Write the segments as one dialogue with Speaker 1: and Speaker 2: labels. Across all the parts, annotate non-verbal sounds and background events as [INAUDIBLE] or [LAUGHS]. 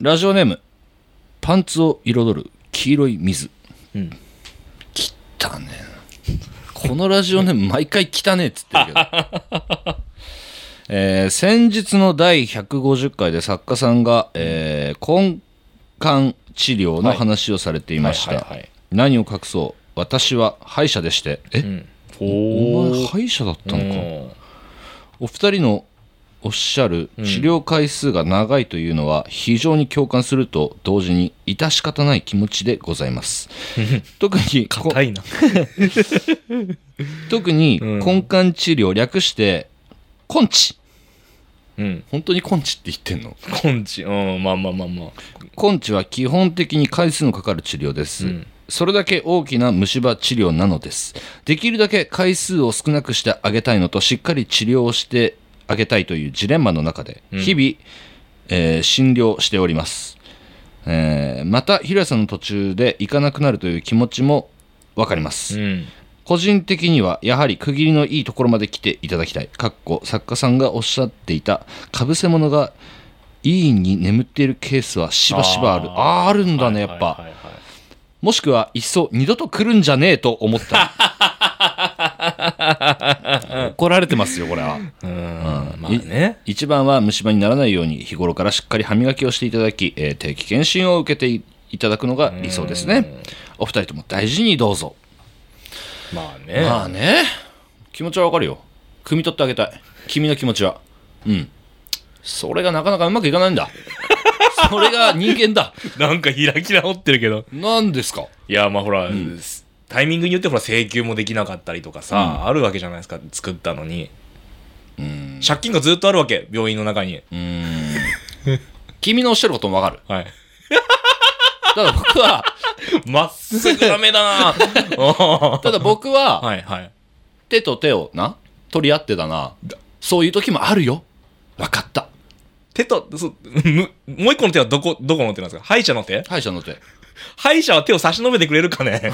Speaker 1: ラジオネームパンツを彩る黄色い水
Speaker 2: うん
Speaker 1: 汚ねえなこのラジオネーム毎回汚ねえっつってるけど
Speaker 2: [LAUGHS]
Speaker 1: えー先日の第150回で作家さんが、えー根幹治療の話をされていまし
Speaker 2: はい
Speaker 1: た
Speaker 2: はいはい
Speaker 1: 何を隠そう私は歯医者でしてえ、
Speaker 2: うん
Speaker 1: お前
Speaker 2: お
Speaker 1: 歯医者だったのか、
Speaker 2: お
Speaker 1: お二人のおっしゃる治療回数が長いというのは非常に共感すると同時に致し方ない気持ちでござい
Speaker 2: [LAUGHS]
Speaker 1: ます。特にこ
Speaker 2: 硬いな
Speaker 1: 特に
Speaker 2: うん
Speaker 1: 根幹治療略して根治
Speaker 2: うん
Speaker 1: 本当に根治って言ってんの
Speaker 2: 根治うんまあまあまあまあ
Speaker 1: 根治は基本的に回数のかかる治療です、
Speaker 2: うん
Speaker 1: それだけ大きな虫歯治療なのですできるだけ回数を少なくしてあげたいのとしっかり治療をしてあげたいというジレンマの中で
Speaker 2: うん
Speaker 1: 日々、えー診療しております、えーまた平井さんの途中で行かなくなるという気持ちもわかります、
Speaker 2: うん
Speaker 1: 個人的にはやはり区切りのいいところまで来ていただきたいかっこ作家さんがおっしゃっていたかぶせ物が医院に眠っているケースはしばしばあるあーあるんだねやっぱ、
Speaker 2: はいはいはいはい
Speaker 1: もしくはいっそ二度と来るんじゃねえと思った
Speaker 2: [LAUGHS]
Speaker 1: 怒られてますよこれは
Speaker 2: うん
Speaker 1: うん
Speaker 2: まあね
Speaker 1: 一番は虫歯にならないように日頃からしっかり歯磨きをしていただき、えー定期検診を受けていいただくのが理想ですねお二人とも大事にどうぞ
Speaker 2: まあね
Speaker 1: まあね気持ちはわかるよ汲み取ってあげたい君の気持ちはうんそれがなかなかうまくいかないんだそれが人間だ
Speaker 2: なんか開き直ってるけど
Speaker 1: 何ですか
Speaker 2: いやまあほら、タイミングによってほら請求もできなかったりとかさ、あるわけじゃないですか作ったのに
Speaker 1: うん
Speaker 2: 借金がずっとあるわけ病院の中に
Speaker 1: うーん君のおっしゃることもわかる
Speaker 2: はい
Speaker 1: ただ僕は
Speaker 2: まっすぐダ
Speaker 1: [LAUGHS]
Speaker 2: メだな
Speaker 1: ただ僕は
Speaker 2: はいはい
Speaker 1: 手と手をな取り合ってだなそういう時もあるよ分かった
Speaker 2: 手とそうむもう一個の手はどこどこの手なんですか歯医者の手
Speaker 1: 歯医者の手
Speaker 2: 歯医者は手を差し伸べてくれるかね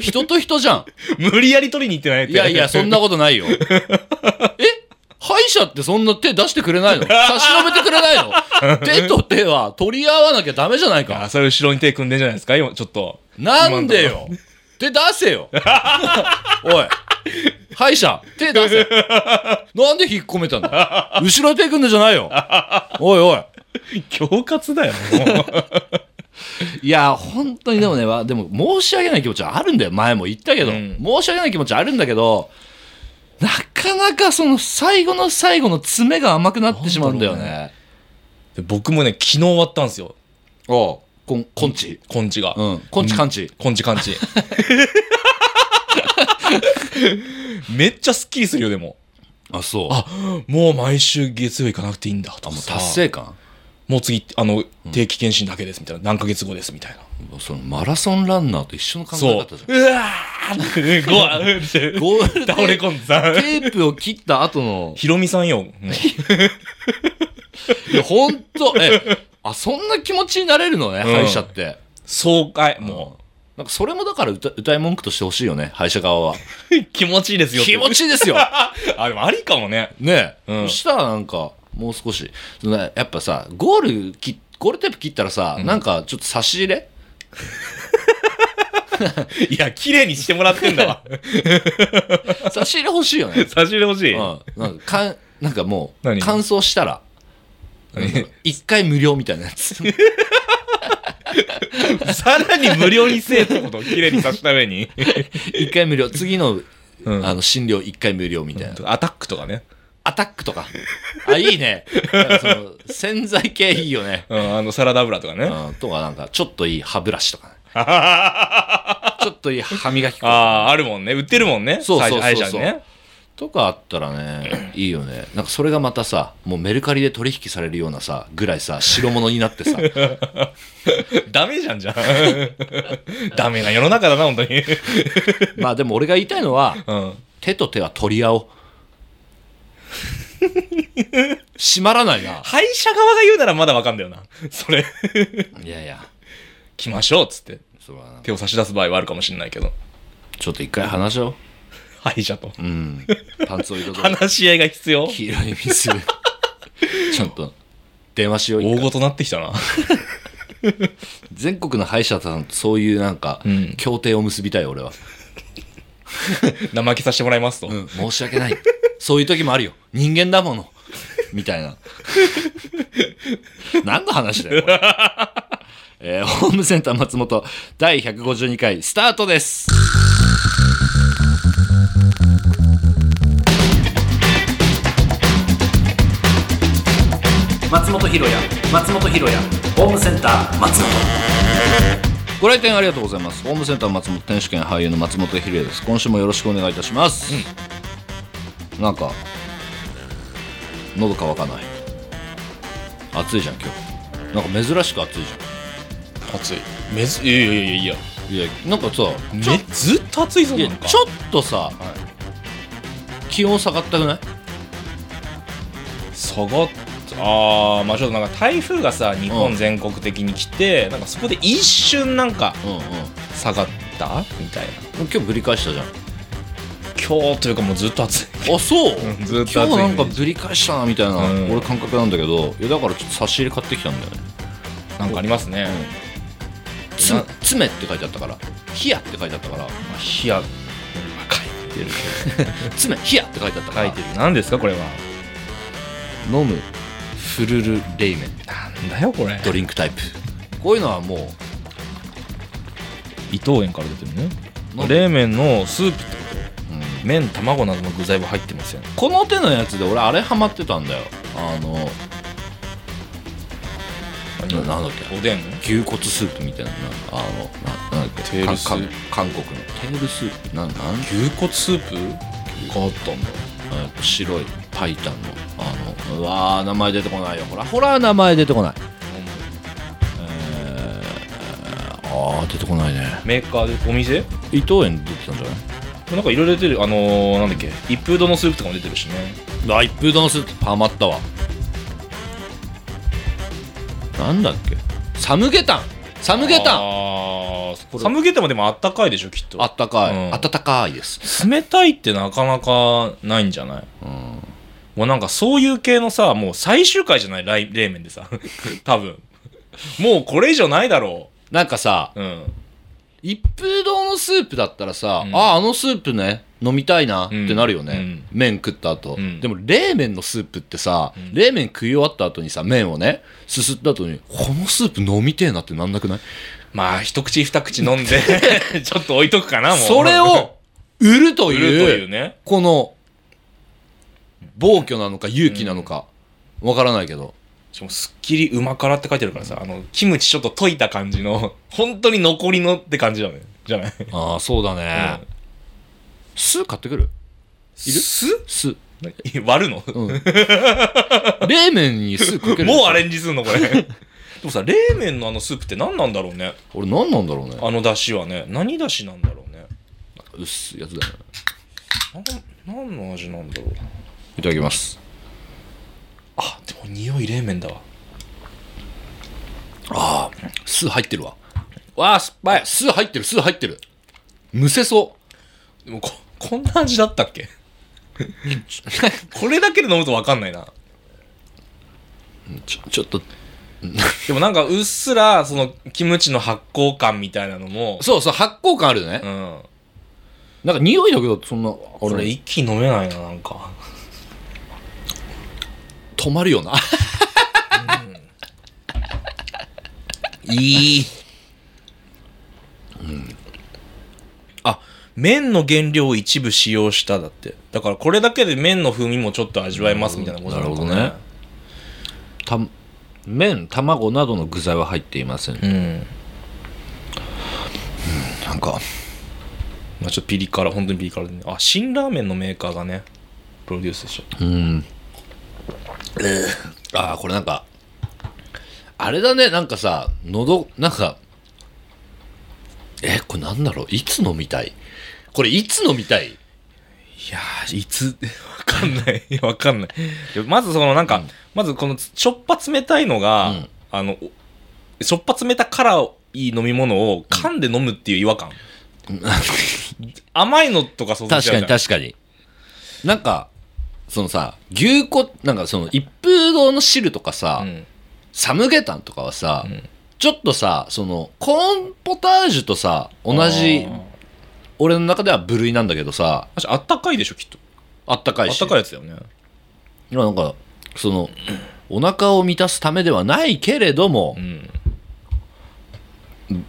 Speaker 1: 人と人じゃ
Speaker 2: [LAUGHS] 無理やり取りに行ってない
Speaker 1: ん
Speaker 2: 手
Speaker 1: いやい
Speaker 2: [LAUGHS]
Speaker 1: やそんなことないよえ歯医者ってそんな手出してくれないの差し伸べてくれないの手と手は取り合わなきゃダメじゃない
Speaker 2: あ
Speaker 1: か
Speaker 2: それ後ろに手組んでんじゃないですか今ちょっと
Speaker 1: なんでよ手出せよおい歯医者手出せなんで引っ込めたんだ後ろに手組んでじゃないよおいおい
Speaker 2: 恐喝だよもう
Speaker 1: いや、本当にでもね、わでも申し訳ない気持ちはあるんだよ、前も言ったけど、
Speaker 2: うん
Speaker 1: 申し訳ない気持ちはあるんだけど、なかなかその最後の最後の詰めが甘くなってしまうんだよね。
Speaker 2: [LAUGHS] で僕もね昨日終わったんですよ
Speaker 1: おうこん、こんち。
Speaker 2: 根治が、
Speaker 1: うん、こんちかんち。
Speaker 2: 根治根 [LAUGHS] 治めっちゃスッキリするよでも
Speaker 1: あ、そう。
Speaker 2: あもう毎週月曜行かなくていいんだと
Speaker 1: あ
Speaker 2: か
Speaker 1: もう
Speaker 2: さ
Speaker 1: 達成感
Speaker 2: もう次あの定期検診だけですみたいな何ヶ月後ですみたいな
Speaker 1: そのマラソンランナーと一緒の考え
Speaker 2: そう
Speaker 1: 方じゃん。
Speaker 2: うわーゴワーって [LAUGHS]
Speaker 1: ゴールで
Speaker 2: 倒れ込んでさ
Speaker 1: テープを切った後の、
Speaker 2: ヒロミさんよ [LAUGHS] もう
Speaker 1: いや、ほんと、え、あ、そんな気持ちになれるのね、
Speaker 2: うん
Speaker 1: 歯医者って。
Speaker 2: 爽快も
Speaker 1: なんかそれもだから歌歌い文句としてほしいよね、歯医者側は。
Speaker 2: う気持ちいいですよって
Speaker 1: 気持
Speaker 2: [LAUGHS]
Speaker 1: ちいいですよ
Speaker 2: あでもありかもね
Speaker 1: ねえ、
Speaker 2: うん
Speaker 1: そしたらなんかもう少しそのねやっぱさゴールきゴールテープ切ったらさ、なんかちょっと差し入
Speaker 2: [LAUGHS]
Speaker 1: れ
Speaker 2: いや綺麗にしてもらってんだわ
Speaker 1: 差し入れ欲しいよね、
Speaker 2: 差し入れ欲しい、
Speaker 1: うん、なんかかんなんかもう
Speaker 2: 何
Speaker 1: 乾燥したら
Speaker 2: 何
Speaker 1: 一回無料みたいなや
Speaker 2: [LAUGHS]
Speaker 1: つ
Speaker 2: さらに無料にせえってこと綺麗にさした上に、
Speaker 1: 一回無料次の,、
Speaker 2: うん
Speaker 1: あの診療一回無料みたいな
Speaker 2: アタックとかね、
Speaker 1: アタックとかあいいねなんかその洗剤系いいよね、
Speaker 2: うん、あのサラダ油とかね、
Speaker 1: うん、とかなんかちょっといい歯ブラシとかねちょっといい歯磨き粉
Speaker 2: あああるもんね売ってるもんね
Speaker 1: そうそうそうそう
Speaker 2: 歯医者にね
Speaker 1: とかあったらねいいよねなんかそれがまたさもうメルカリで取引されるようなさぐらいさ白物になってさ
Speaker 2: ダメじゃんじゃんダメな世の中だな本当に、
Speaker 1: まあでも俺が言いたいのは
Speaker 2: うん、
Speaker 1: 手と手は取り合おう閉まらないな
Speaker 2: 歯医者側が言うならまだわかんだよなそれ
Speaker 1: いやいや
Speaker 2: 来ましょうっつって
Speaker 1: そうだな
Speaker 2: 手を差し出す場合はあるかもしれないけど
Speaker 1: ちょっと一回話し合おう
Speaker 2: 歯医者と
Speaker 1: うんパンツを入れとこう
Speaker 2: 話し合いが必要
Speaker 1: 黄色い水ちゃんと
Speaker 3: 電話しよう一
Speaker 2: 大
Speaker 3: 回
Speaker 2: ごとなってきたな。
Speaker 3: 全国の歯医者さんとそういうなんか、
Speaker 2: うん
Speaker 3: 協定を結びたい俺は、
Speaker 2: 怠けさせてもらいますと。
Speaker 3: うん、申し訳ないそういう時もあるよ人間だものみた
Speaker 2: [LAUGHS]
Speaker 3: いな何の話だよこれえーホームセンター松本第152回スタートです松本ひろや松本ひろやホームセンター松本
Speaker 1: ご来店ありがとうございますホームセンター松本選手権俳優の松本ひれです今週もよろしくお願いいたします、なんか喉乾かない暑いじゃん今日なんか珍しく暑いじ
Speaker 2: 暑い。めず、いやいやいやいや。
Speaker 1: ゃんいやなんかさちょ
Speaker 2: めずっと暑いぞ
Speaker 1: い
Speaker 2: な
Speaker 1: や
Speaker 2: んか。
Speaker 1: ちょっとさ、気温下がったくない
Speaker 2: 下がっあーまあちょっとなんか台風がさ日本全国的に来て、なんかそこで一瞬なんか
Speaker 1: うんうん
Speaker 2: 下がったみたいな
Speaker 1: 今日ぶり返したじゃん
Speaker 2: 今日というかもうずっと暑い
Speaker 1: あそう、
Speaker 2: うんずっと
Speaker 1: 今
Speaker 2: 暑い
Speaker 1: 日なんかぶり返したなみたいな、
Speaker 2: うん
Speaker 1: 俺感覚なんだけどいやだからちょっと差し入れ買ってきたんだよね
Speaker 2: なんかありますね、
Speaker 1: 「つ
Speaker 2: な
Speaker 1: 爪」って書いてあったから「冷や」って書いてあったから
Speaker 2: まあ冷や
Speaker 1: 「 [LAUGHS] 爪冷や」って書いてあったか
Speaker 2: 書
Speaker 1: ら
Speaker 2: いてる何ですかこれは
Speaker 1: 飲むフルル冷麺
Speaker 2: なんだよこれ
Speaker 1: ドリンクタイプこういうのはもう
Speaker 2: 伊藤園から出てるね
Speaker 1: なんで
Speaker 2: 冷麺のスープってこと、
Speaker 1: う
Speaker 2: 麺卵などの具材も入ってますよね
Speaker 1: この手のやつで俺あれハマってたんだよあのななんだっけ
Speaker 2: おでん
Speaker 1: 牛骨スープみたいななんかあのななんだっけ
Speaker 2: テールスープ
Speaker 1: かか韓国のテールスープなんなん
Speaker 2: 牛骨スープがあったんだ
Speaker 1: えっと白いパイタンのあのうわー名前出てこないよほらほら名前出てこないあー出てこないね
Speaker 2: メーカーでお店
Speaker 1: 伊藤園出てたんじゃない
Speaker 2: なんかいろいろ出てるあのー、なんだっけ一風堂のスープとかも出てるしね
Speaker 1: あ一風堂のスープハマったわなんだっけサムゲタンサムゲタン
Speaker 2: あーサムゲタンもでもあったかいでしょきっと
Speaker 1: あったかい、
Speaker 2: うん
Speaker 1: あたたかいです
Speaker 2: 冷たいってなかなかないんじゃない
Speaker 1: うん
Speaker 2: もうなんかそういう系のさもう最終回じゃないライ冷麺でさ [LAUGHS] 多分もうこれ以上ないだろ
Speaker 1: なんかさ
Speaker 2: ううん
Speaker 1: 一風堂のスープだったらさ、
Speaker 2: うん
Speaker 1: あああのスープね飲みたいなってなるよね、
Speaker 2: うん
Speaker 1: 麺食った後、
Speaker 2: うん
Speaker 1: でも冷麺のスープってさ、
Speaker 2: ん
Speaker 1: 冷麺食い終わった後にさ麺をねすすった後にこのスープ飲みてえなってなんなくない
Speaker 2: まあ一口二口飲 [LAUGHS] んでちょっと置いとくかなもう
Speaker 1: それを売ると
Speaker 2: 売
Speaker 1: いう
Speaker 2: るというね
Speaker 1: この暴挙なのか勇気なのかわからないけど、
Speaker 2: しかもすっきりうま辛って書いてあるからさあのキムチちょっと溶いた感じの本当に残りのって感じだねじゃない
Speaker 1: ああそうだね、
Speaker 2: うん
Speaker 1: 酢買ってくる
Speaker 2: いる酢 [LAUGHS]
Speaker 1: 酢
Speaker 2: 割るの
Speaker 1: うん冷麺に酢かけるでしょ
Speaker 2: [LAUGHS] もうアレンジすんのこれ [LAUGHS] でもさ冷麺のあのスープって何なんだろうね
Speaker 1: 俺何なんだろうね
Speaker 2: あの出汁はね何出汁なんだろうね
Speaker 1: 薄いやつだよね
Speaker 2: なん何の味なんだろう
Speaker 1: いただきます
Speaker 2: あでも匂い冷麺だわ
Speaker 1: ああ酢入ってるわ
Speaker 2: わあ酸っぱい
Speaker 1: 酢入ってる酢入ってるむせそ
Speaker 2: でもここんな味だったっけ [LAUGHS] これだけで飲むと分かんないな
Speaker 1: うちょちょっと
Speaker 2: でもなんかうっすらそのキムチの発酵感みたいなのも
Speaker 1: そうそう発酵感あるよね、
Speaker 2: うん
Speaker 1: なんか匂いだけどそんなあ
Speaker 2: これ
Speaker 1: れ
Speaker 2: 一気に飲めないななんか
Speaker 1: 止まるよ [LAUGHS] な
Speaker 2: いい、あ麺の原料を一部使用しただってだからこれだけで麺の風味もちょっと味わえますみたいなことなのか
Speaker 1: なるほた麺卵などの具材は入っていません、
Speaker 2: うん
Speaker 1: なんか
Speaker 2: まあちょっとピリ辛本当にピリ辛でねあ辛ラーメンのメーカーがねプロデュースでしょ
Speaker 1: うん。ああ、これなんか、あれだね、なんかさ、喉、なんか、え、これなんだろう、いつ飲みたいこれいつ飲みたい
Speaker 2: いやーいつわかんない [LAUGHS] いやわかんないいやまずそのなんか、まずこのしょっぱ冷たいのが、
Speaker 1: うん
Speaker 2: あのおしょっぱ冷た辛い飲み物を噛んで飲むっていう違和感、甘いのとか想像
Speaker 1: 確
Speaker 2: しちゃ
Speaker 1: か
Speaker 2: う
Speaker 1: に
Speaker 2: じゃん
Speaker 1: 確かに。なんか、そのさ、牛骨、なんかその一風堂の汁とかさ、
Speaker 2: うん
Speaker 1: サムゲタンとかはさ、ちょっとさそのコーンポタージュとさ同じ俺の中では部類なんだけどさ
Speaker 2: 確かあったかいでしょきっと
Speaker 1: あったか
Speaker 2: あ
Speaker 1: い
Speaker 2: っ
Speaker 1: した
Speaker 2: かいやつだよね
Speaker 1: いやなんかそのお腹を満たすためではないけれども
Speaker 2: う、ん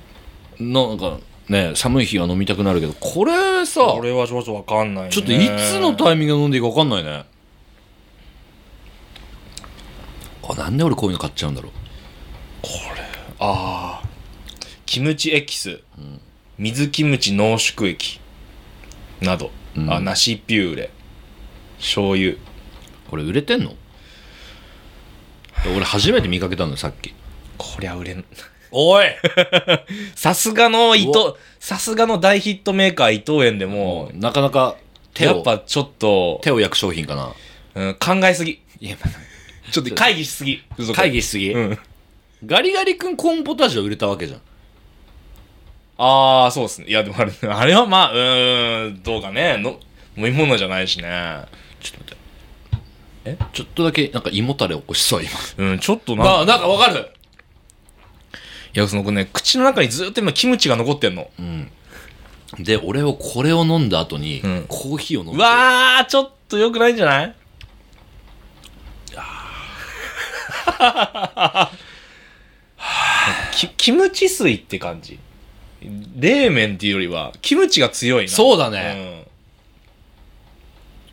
Speaker 1: なんかね寒い日は飲みたくなるけどこれさ
Speaker 2: これはちょっとわかんないね
Speaker 1: ちょっといつのタイミングで飲んでいいか分かんないねあなんで俺こういうの買っちゃうんだろう
Speaker 2: ああキムチエキス、水キムチ濃縮液など、
Speaker 1: うん
Speaker 2: あ梨ピューレ醤油
Speaker 1: これ売れてんの俺初めて見かけたのよさっき
Speaker 2: こりゃ売れん
Speaker 1: おい
Speaker 2: [LAUGHS] さすがの伊
Speaker 1: う
Speaker 2: 藤さすがの大ヒットメーカー伊藤園でも、
Speaker 1: なかなか手
Speaker 2: や
Speaker 1: を
Speaker 2: っぱちょっと、
Speaker 1: 手を焼く商品かな
Speaker 2: うん、考えすぎ
Speaker 1: いや
Speaker 2: ちょっと会議しすぎ
Speaker 1: 会議しすぎ、
Speaker 2: うん
Speaker 1: ガリガリ君コーンポタージュは売れたわけじゃん
Speaker 2: ああそうですねいやでもあれあれはまあうーんどうかねの飲み物じゃないしね
Speaker 1: ちょっとだけなんか胃もたれ起こしそう今
Speaker 2: うんちょっとなんか
Speaker 1: まあなんかわかる
Speaker 2: いやそのね口の中にずっと今キムチが残ってんの
Speaker 1: で俺をこれを飲んだ後に、
Speaker 2: ん
Speaker 1: コーヒーを飲む
Speaker 2: うわーちょっと良くないんじゃない [LAUGHS] きキムチ水って感じ冷麺っていうよりはキムチが強いな
Speaker 1: そうだ
Speaker 2: う
Speaker 1: ね、
Speaker 2: ね、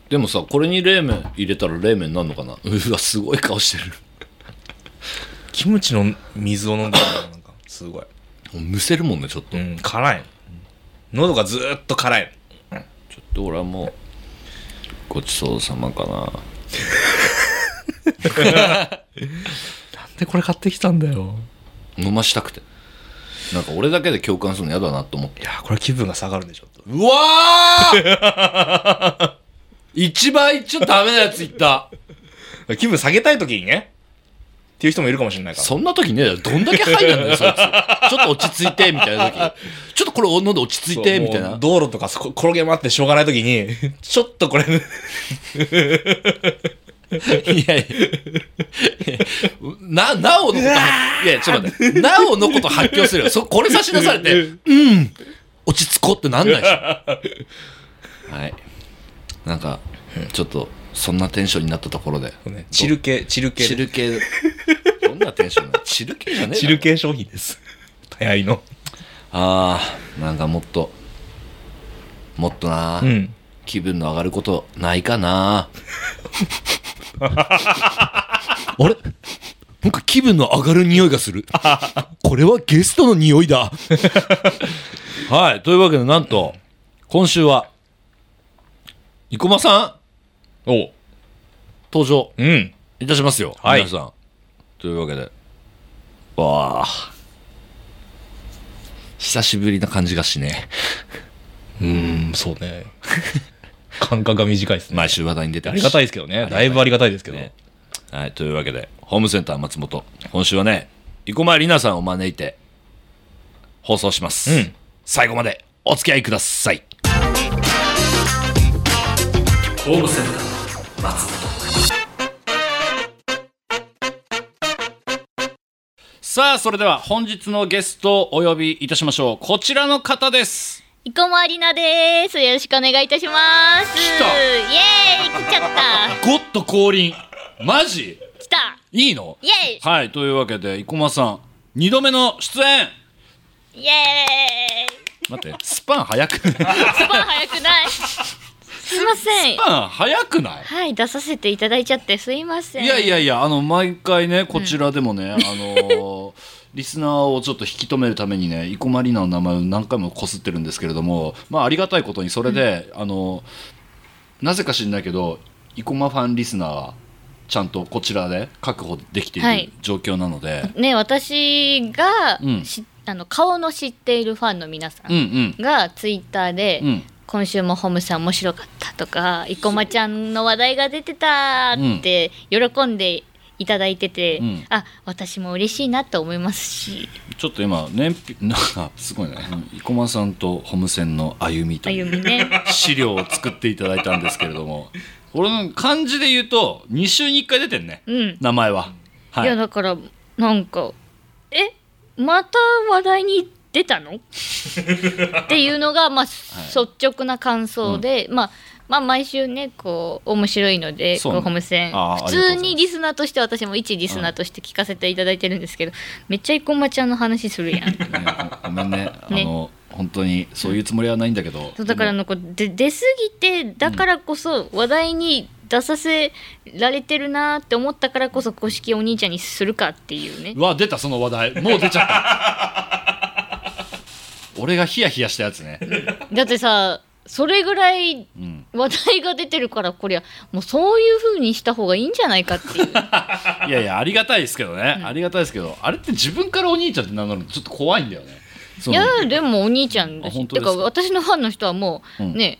Speaker 1: でもさこれに冷麺入れたら冷麺になんのかな [LAUGHS] うわすごい顔してる [LAUGHS]
Speaker 2: うんキムチの水を飲んでる [COUGHS] のなんかすごい、
Speaker 1: もうむせるもんねちょっと、
Speaker 2: うん、辛い喉がずーっと辛い
Speaker 1: ちょっと俺はもうごちそうさまかななんでこれ買ってきたんだよ飲ましたくてなんか俺だけで共感するの嫌だなと思って
Speaker 2: いやーこれ気分が下がるねちょっと
Speaker 1: うわー [LAUGHS] 一番言っちゃダメなやつ言った
Speaker 2: 気分下げたい時にねっていう人もいるかもしれないから
Speaker 1: そんな時ねえだろどんだけ入るんだよそいつちょっと落ち着いてみたいな時ちょっとこれ飲んで落ち着いてみたい
Speaker 2: もう
Speaker 1: な
Speaker 2: 道路とかそこ転げ回ってしょうがない時に [LAUGHS] ちょっとこれ
Speaker 1: いやいや。な、なおのこと、いや、ちょっと待って。なおのこと発狂するよ。そ、これ差し出されて、うん、落ち着こうってなんないでしょ。はい。なんか、ちょっと、そんなテンションになったところで。
Speaker 2: チル系チル系
Speaker 1: チル系。どんなテンションなのチル系じゃねえだろ
Speaker 2: チル系商品です [LAUGHS] 流行りの
Speaker 1: ああ、なんかもっと、もっとな、
Speaker 2: ん
Speaker 1: 気分の上がることないかな [LAUGHS] あれなんか気分の上がる匂いがするこれはゲストの匂いだ [LAUGHS] はいというわけでなんと今週は生駒さん
Speaker 2: おう
Speaker 1: 登場
Speaker 2: うん
Speaker 1: いたしますよ、
Speaker 2: はい
Speaker 1: 皆さんというわけでわあ久しぶりな感じがしね
Speaker 2: うんそうね感覚が短いですね
Speaker 1: 毎週話題に出て
Speaker 2: あ
Speaker 1: る
Speaker 2: り
Speaker 1: し
Speaker 2: がたいですけどねだいぶありがたいですけど、
Speaker 1: ねはい、というわけで、ホームセンター松本、今週はね、生駒里奈さんを招いて、放送します。
Speaker 2: うん
Speaker 1: 最後までお付き合いください。ホームセンター松本。
Speaker 4: さあ、それでは本日のゲストをお呼びいたしましょう。こちらの方です。
Speaker 5: 生駒里奈です。よろしくお願いいたします。
Speaker 4: 来た
Speaker 5: イエーイ来ち
Speaker 4: [LAUGHS]
Speaker 5: ゃっ
Speaker 4: ゴッド降臨。マジ
Speaker 5: た来た
Speaker 4: いいの
Speaker 5: イエ
Speaker 4: はい、というわけで、生駒さん、2度目の出演
Speaker 5: ーイイエーイ
Speaker 4: 待って、スパン早くス
Speaker 5: すごい早
Speaker 4: [LAUGHS]
Speaker 5: くないすいません。
Speaker 4: パン早くない
Speaker 5: はい、出させていただいちゃってすいません。
Speaker 4: いやいやいやあの毎回ねこちらでもね、あのーリスナーをちょっと引き止めるためにね生駒里奈の名前を何回もこすってるんですけれどもまあありがたいことにそれで、あのなぜか知んないけど生駒ファンリスナーはちゃんとこちらで確保できてい
Speaker 5: は
Speaker 4: る
Speaker 5: い
Speaker 4: 状況なので、
Speaker 5: ね、私が、
Speaker 4: うん
Speaker 5: しあの顔の知っているファンの皆さ
Speaker 4: うんうんん
Speaker 5: がツイッターで、
Speaker 4: うん
Speaker 5: 今週もホムさん面白かったとか生駒ちゃんの話題が出てたって喜んでいただいてて、
Speaker 4: うん
Speaker 5: あ私も嬉しいなと思いますし
Speaker 4: ちょっと今年表なんか [LAUGHS] すごいね生駒さんとホムセンの歩みと
Speaker 5: あ
Speaker 4: いう
Speaker 5: ゆ
Speaker 4: [LAUGHS]
Speaker 5: みね
Speaker 4: 資料を作っていただいたんですけれども俺の漢字で言うと2週に1回出てんね
Speaker 5: うん、
Speaker 4: 名前は。はい
Speaker 5: い、やだからなんか「えまた話題に出た
Speaker 1: [LAUGHS]
Speaker 5: の? 」っていうのが、まあ、率直な感想で、まあまあ毎週ねこう面白いので、
Speaker 1: そう
Speaker 5: こ
Speaker 1: ね
Speaker 5: うホームセン
Speaker 1: あーあ
Speaker 5: 普
Speaker 1: りがとうござ
Speaker 5: 通
Speaker 1: います
Speaker 5: にリスナーとして私も一リスナーとして聞かせていただいてるんですけど、めっちゃ生駒ちゃんの話するや
Speaker 1: [LAUGHS]
Speaker 5: ん。
Speaker 1: ねごごめん
Speaker 5: [LAUGHS]
Speaker 1: ねあの本当にそういうつもりはないんだけど
Speaker 5: そうだか
Speaker 1: で
Speaker 5: ら
Speaker 1: も
Speaker 5: なんかで出過ぎてだからこそ話題に出させられてるなって思ったからこそ公式お兄ちゃんにするかっていうね
Speaker 1: うわ出たその話題もう出ちゃった [LAUGHS] 俺がヒヤヒヤしたやつね、
Speaker 5: だってさそれぐらい
Speaker 1: うん、
Speaker 5: 話題が出てるからこりゃもうそういう風にした方がいいんじゃないかっていう
Speaker 1: いやいやありがたいですけどね、ありがたいですけどあれって自分からお兄ちゃんって名乗るのちょっと怖いんだよねそ
Speaker 5: い
Speaker 1: の
Speaker 5: やでもお兄ちゃんだ
Speaker 1: あ
Speaker 5: し
Speaker 1: 本当
Speaker 5: て
Speaker 1: ですか
Speaker 5: か私のファンの人はもう、
Speaker 1: うん
Speaker 5: ね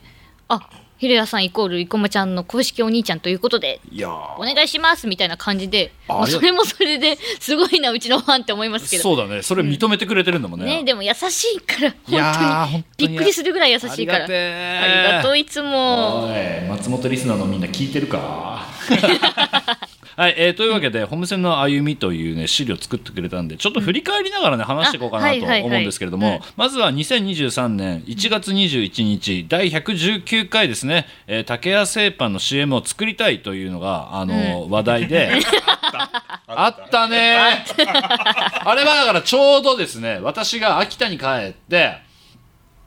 Speaker 5: あひろやさんイコール生駒ちゃんの公式お兄ちゃんということで
Speaker 1: いや
Speaker 5: お願いしますみたいな感じで
Speaker 1: あ
Speaker 5: もう
Speaker 1: ありが
Speaker 5: それもそれですごいなうちのファンって思いますけど
Speaker 1: そうだねそれ認めてくれてるんだもんね,、
Speaker 5: ね、でも優しいから本
Speaker 1: いやー
Speaker 5: 当に
Speaker 1: 本当に
Speaker 5: びっくりするぐらい優しいか
Speaker 1: あ
Speaker 5: ら
Speaker 1: りがてえ
Speaker 5: ありがとういつも
Speaker 1: はい松本リスナーのみんな聞いてる [LAUGHS] かはい、えーというわけで「ホームセンの歩み」という、ね、資料を作ってくれたんでちょっと振り返りながらね話していこうかな
Speaker 5: あ
Speaker 1: と
Speaker 5: はいはいはい
Speaker 1: 思うんですけれども、まずは2023年1月21日第119回ですね、えー竹谷製パンの CM を作りたいというのが、あの話題で [LAUGHS] あったねーあれはだからちょうどですね私が秋田に帰って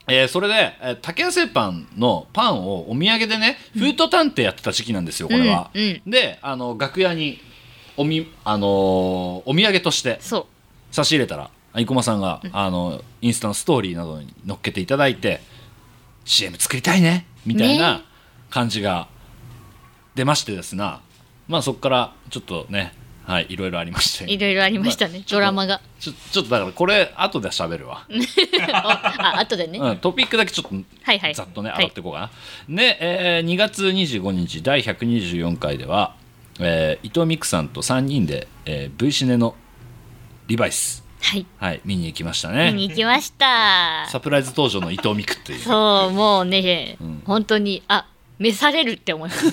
Speaker 1: えーそれで、えー竹谷製パンのパンをお土産でね、フード探偵やってた時期なんですよ、これは。
Speaker 5: うんうん
Speaker 1: で、あの、楽屋に、おみ、あのーお土産として
Speaker 5: そ
Speaker 1: 差し入れたら、生駒さんが、あの、インスタのストーリーなどに乗っけていただいて、CM 作りたいねみたいな
Speaker 5: ね
Speaker 1: 感じが出ましてですな、まあそこからちょっとね、はい、いろいろありまし
Speaker 5: うい
Speaker 1: て。
Speaker 5: ろいろありましたね、
Speaker 1: まあちょっと
Speaker 5: ドラマが
Speaker 1: ちょちょっとだからこれ後で喋るわ、
Speaker 5: ああ後でね、
Speaker 1: うん、トピックだけちょっと
Speaker 5: はいはい
Speaker 1: ざっとね、
Speaker 5: はい
Speaker 1: 洗っていこうかな。で、えー2月25日、第124回では、えー伊藤美久さんと3人で、えー V シネのリバイス、
Speaker 5: はい
Speaker 1: はい、見に行きました
Speaker 5: 見
Speaker 1: ね。
Speaker 5: に行きました
Speaker 1: サプライズ登場の伊藤美久っていう。
Speaker 5: そうもうね、本当にあ召されるって思
Speaker 1: [LAUGHS]
Speaker 5: います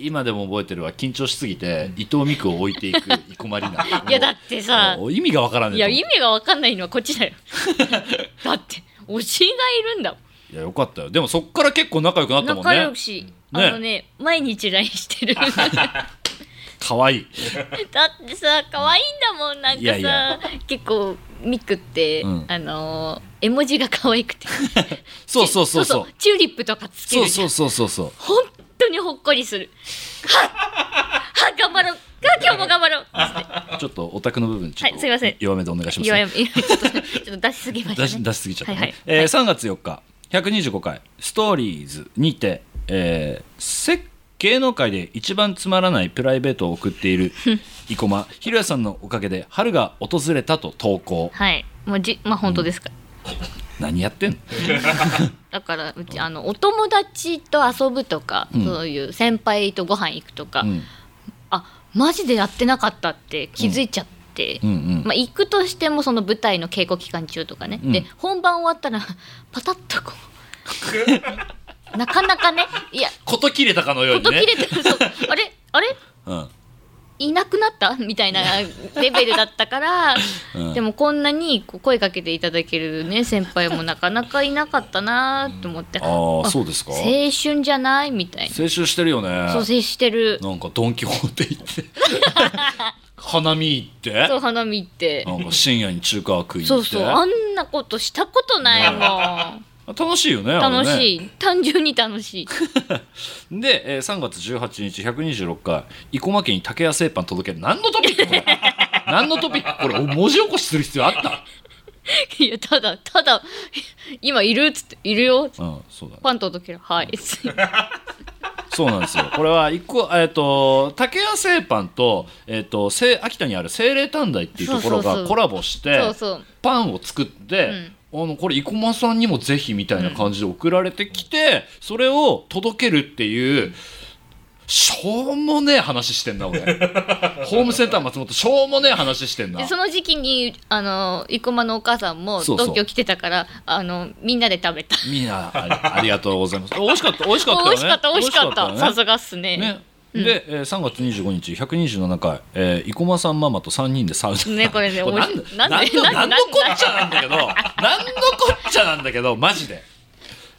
Speaker 1: 今でも覚えてるわ、緊張しすぎて、伊藤美久を置いていく生駒里奈。
Speaker 5: [LAUGHS] いやだってさ
Speaker 1: もう意味がわからんね
Speaker 5: い
Speaker 1: えと
Speaker 5: や
Speaker 1: 思う
Speaker 5: 意味が分かんないのはこっ
Speaker 1: [LAUGHS]
Speaker 5: ちだよだって推しがいるんだもん
Speaker 1: いやよかったよ。でもそっから結構仲良くなったもん
Speaker 5: 仲
Speaker 1: ね
Speaker 5: 良。し、あのね毎日 LINE して
Speaker 1: [LAUGHS]
Speaker 5: る
Speaker 1: 可愛いい。
Speaker 5: だってさ可愛いんだもんなんかさ
Speaker 1: いやいや
Speaker 5: 結構ミクって、
Speaker 1: うん
Speaker 5: あのー絵文字が可愛くて
Speaker 1: そうそうそうそう。
Speaker 5: チューリップとかつけ
Speaker 1: そ
Speaker 5: る
Speaker 1: うそうそうそうそう。
Speaker 5: 本当にほっこりするはっはっ頑張ろうはっ今日も頑張ろうつって
Speaker 1: ちょっとオタクの部分、ちょっ
Speaker 5: はい
Speaker 1: と
Speaker 5: すいません
Speaker 1: 弱めでお願いします
Speaker 5: い
Speaker 1: ね、
Speaker 5: やいやちょっとちょっと出しすぎました
Speaker 1: 出し
Speaker 5: ね
Speaker 1: 出しすぎちゃった、ね
Speaker 5: はいはい
Speaker 1: えー3月4日125回「ストーリーズ」にて、えーせ芸能界で一番つまらないプライベートを送ってい
Speaker 5: [LAUGHS]
Speaker 1: る生駒ひろやさんのおかげで春が訪れたと投稿
Speaker 5: はいもうじまあ本当ですから、
Speaker 1: 何やってんの
Speaker 5: だからうちあのお友達と遊ぶとか、
Speaker 1: うん
Speaker 5: そういう先輩とご飯行くとか、
Speaker 1: うん
Speaker 5: あマジでやってなかったって気づいちゃって、
Speaker 1: うんうん
Speaker 5: まあ、行くとしてもその舞台の稽古期間中とかね、
Speaker 1: うん
Speaker 5: で本番終わったらパタッとこ
Speaker 1: [LAUGHS]
Speaker 5: うなかなかねいや
Speaker 1: こと切れたかのよう
Speaker 5: 事
Speaker 1: にね
Speaker 5: 切れてる、そうあれあれ
Speaker 1: うん
Speaker 5: いなくなった [LAUGHS] みたいなレベルだったから、
Speaker 1: うん
Speaker 5: でもこんなにこう声かけていただけるね先輩もなかなかいなかったなと思って、
Speaker 1: ああそうですか
Speaker 5: 青
Speaker 1: 青
Speaker 5: 春じゃないみたい
Speaker 1: 春してるよね
Speaker 5: なそう接してる
Speaker 1: なんかドン・キホーテ行って
Speaker 5: [LAUGHS]
Speaker 1: 花見行って
Speaker 5: そう花見って
Speaker 1: なんか深夜に中華食いに
Speaker 5: そ
Speaker 1: 行っ
Speaker 5: う
Speaker 1: て
Speaker 5: そうあんなことしたことないもん。
Speaker 1: 楽しいよねあれね
Speaker 5: 楽しい、単純に楽しい [LAUGHS]
Speaker 1: で、えー3月18日126回生駒家に竹谷製パン届ける何のトピックこ
Speaker 5: [LAUGHS]
Speaker 1: れ何のトピックこれ文字起こしする必要あった、
Speaker 5: いやただただ今いるっつっているよ
Speaker 1: うん、そうだね
Speaker 5: パン届けるはい [LAUGHS]
Speaker 1: そうなんですよこれは一個、えー、と竹谷製パンと,、えー、とせ秋田にある清霊短大っていうところ
Speaker 5: そうそうそ
Speaker 1: が
Speaker 5: う
Speaker 1: コラボして
Speaker 5: そうそう
Speaker 1: パンを作って、あのこれ生駒さんにもぜひみたいな感じで送られてきて、それを届けるっていうしょうもねえ話してんな [LAUGHS] 俺ホームセンター松本しょうもねえ話してんな
Speaker 5: でその時期にあの生駒のお母さんも
Speaker 1: そうそう
Speaker 5: 東京来てたからあのみんなで食べた
Speaker 1: みんなありありがとうございます。美味しかった、美味しかったよね。
Speaker 5: 美味しかった美味しかった
Speaker 1: 美味
Speaker 5: さ
Speaker 1: しか
Speaker 5: すがっすね
Speaker 1: ね。で、えー3月25日127回、えー、生駒さんママと3人でサウナ
Speaker 5: ねこれね
Speaker 1: これなん
Speaker 5: 面白い
Speaker 1: なん
Speaker 5: なんで
Speaker 1: のなんの
Speaker 5: なんで
Speaker 1: こっちゃなんだけどなんのこっちゃなんだけどマジで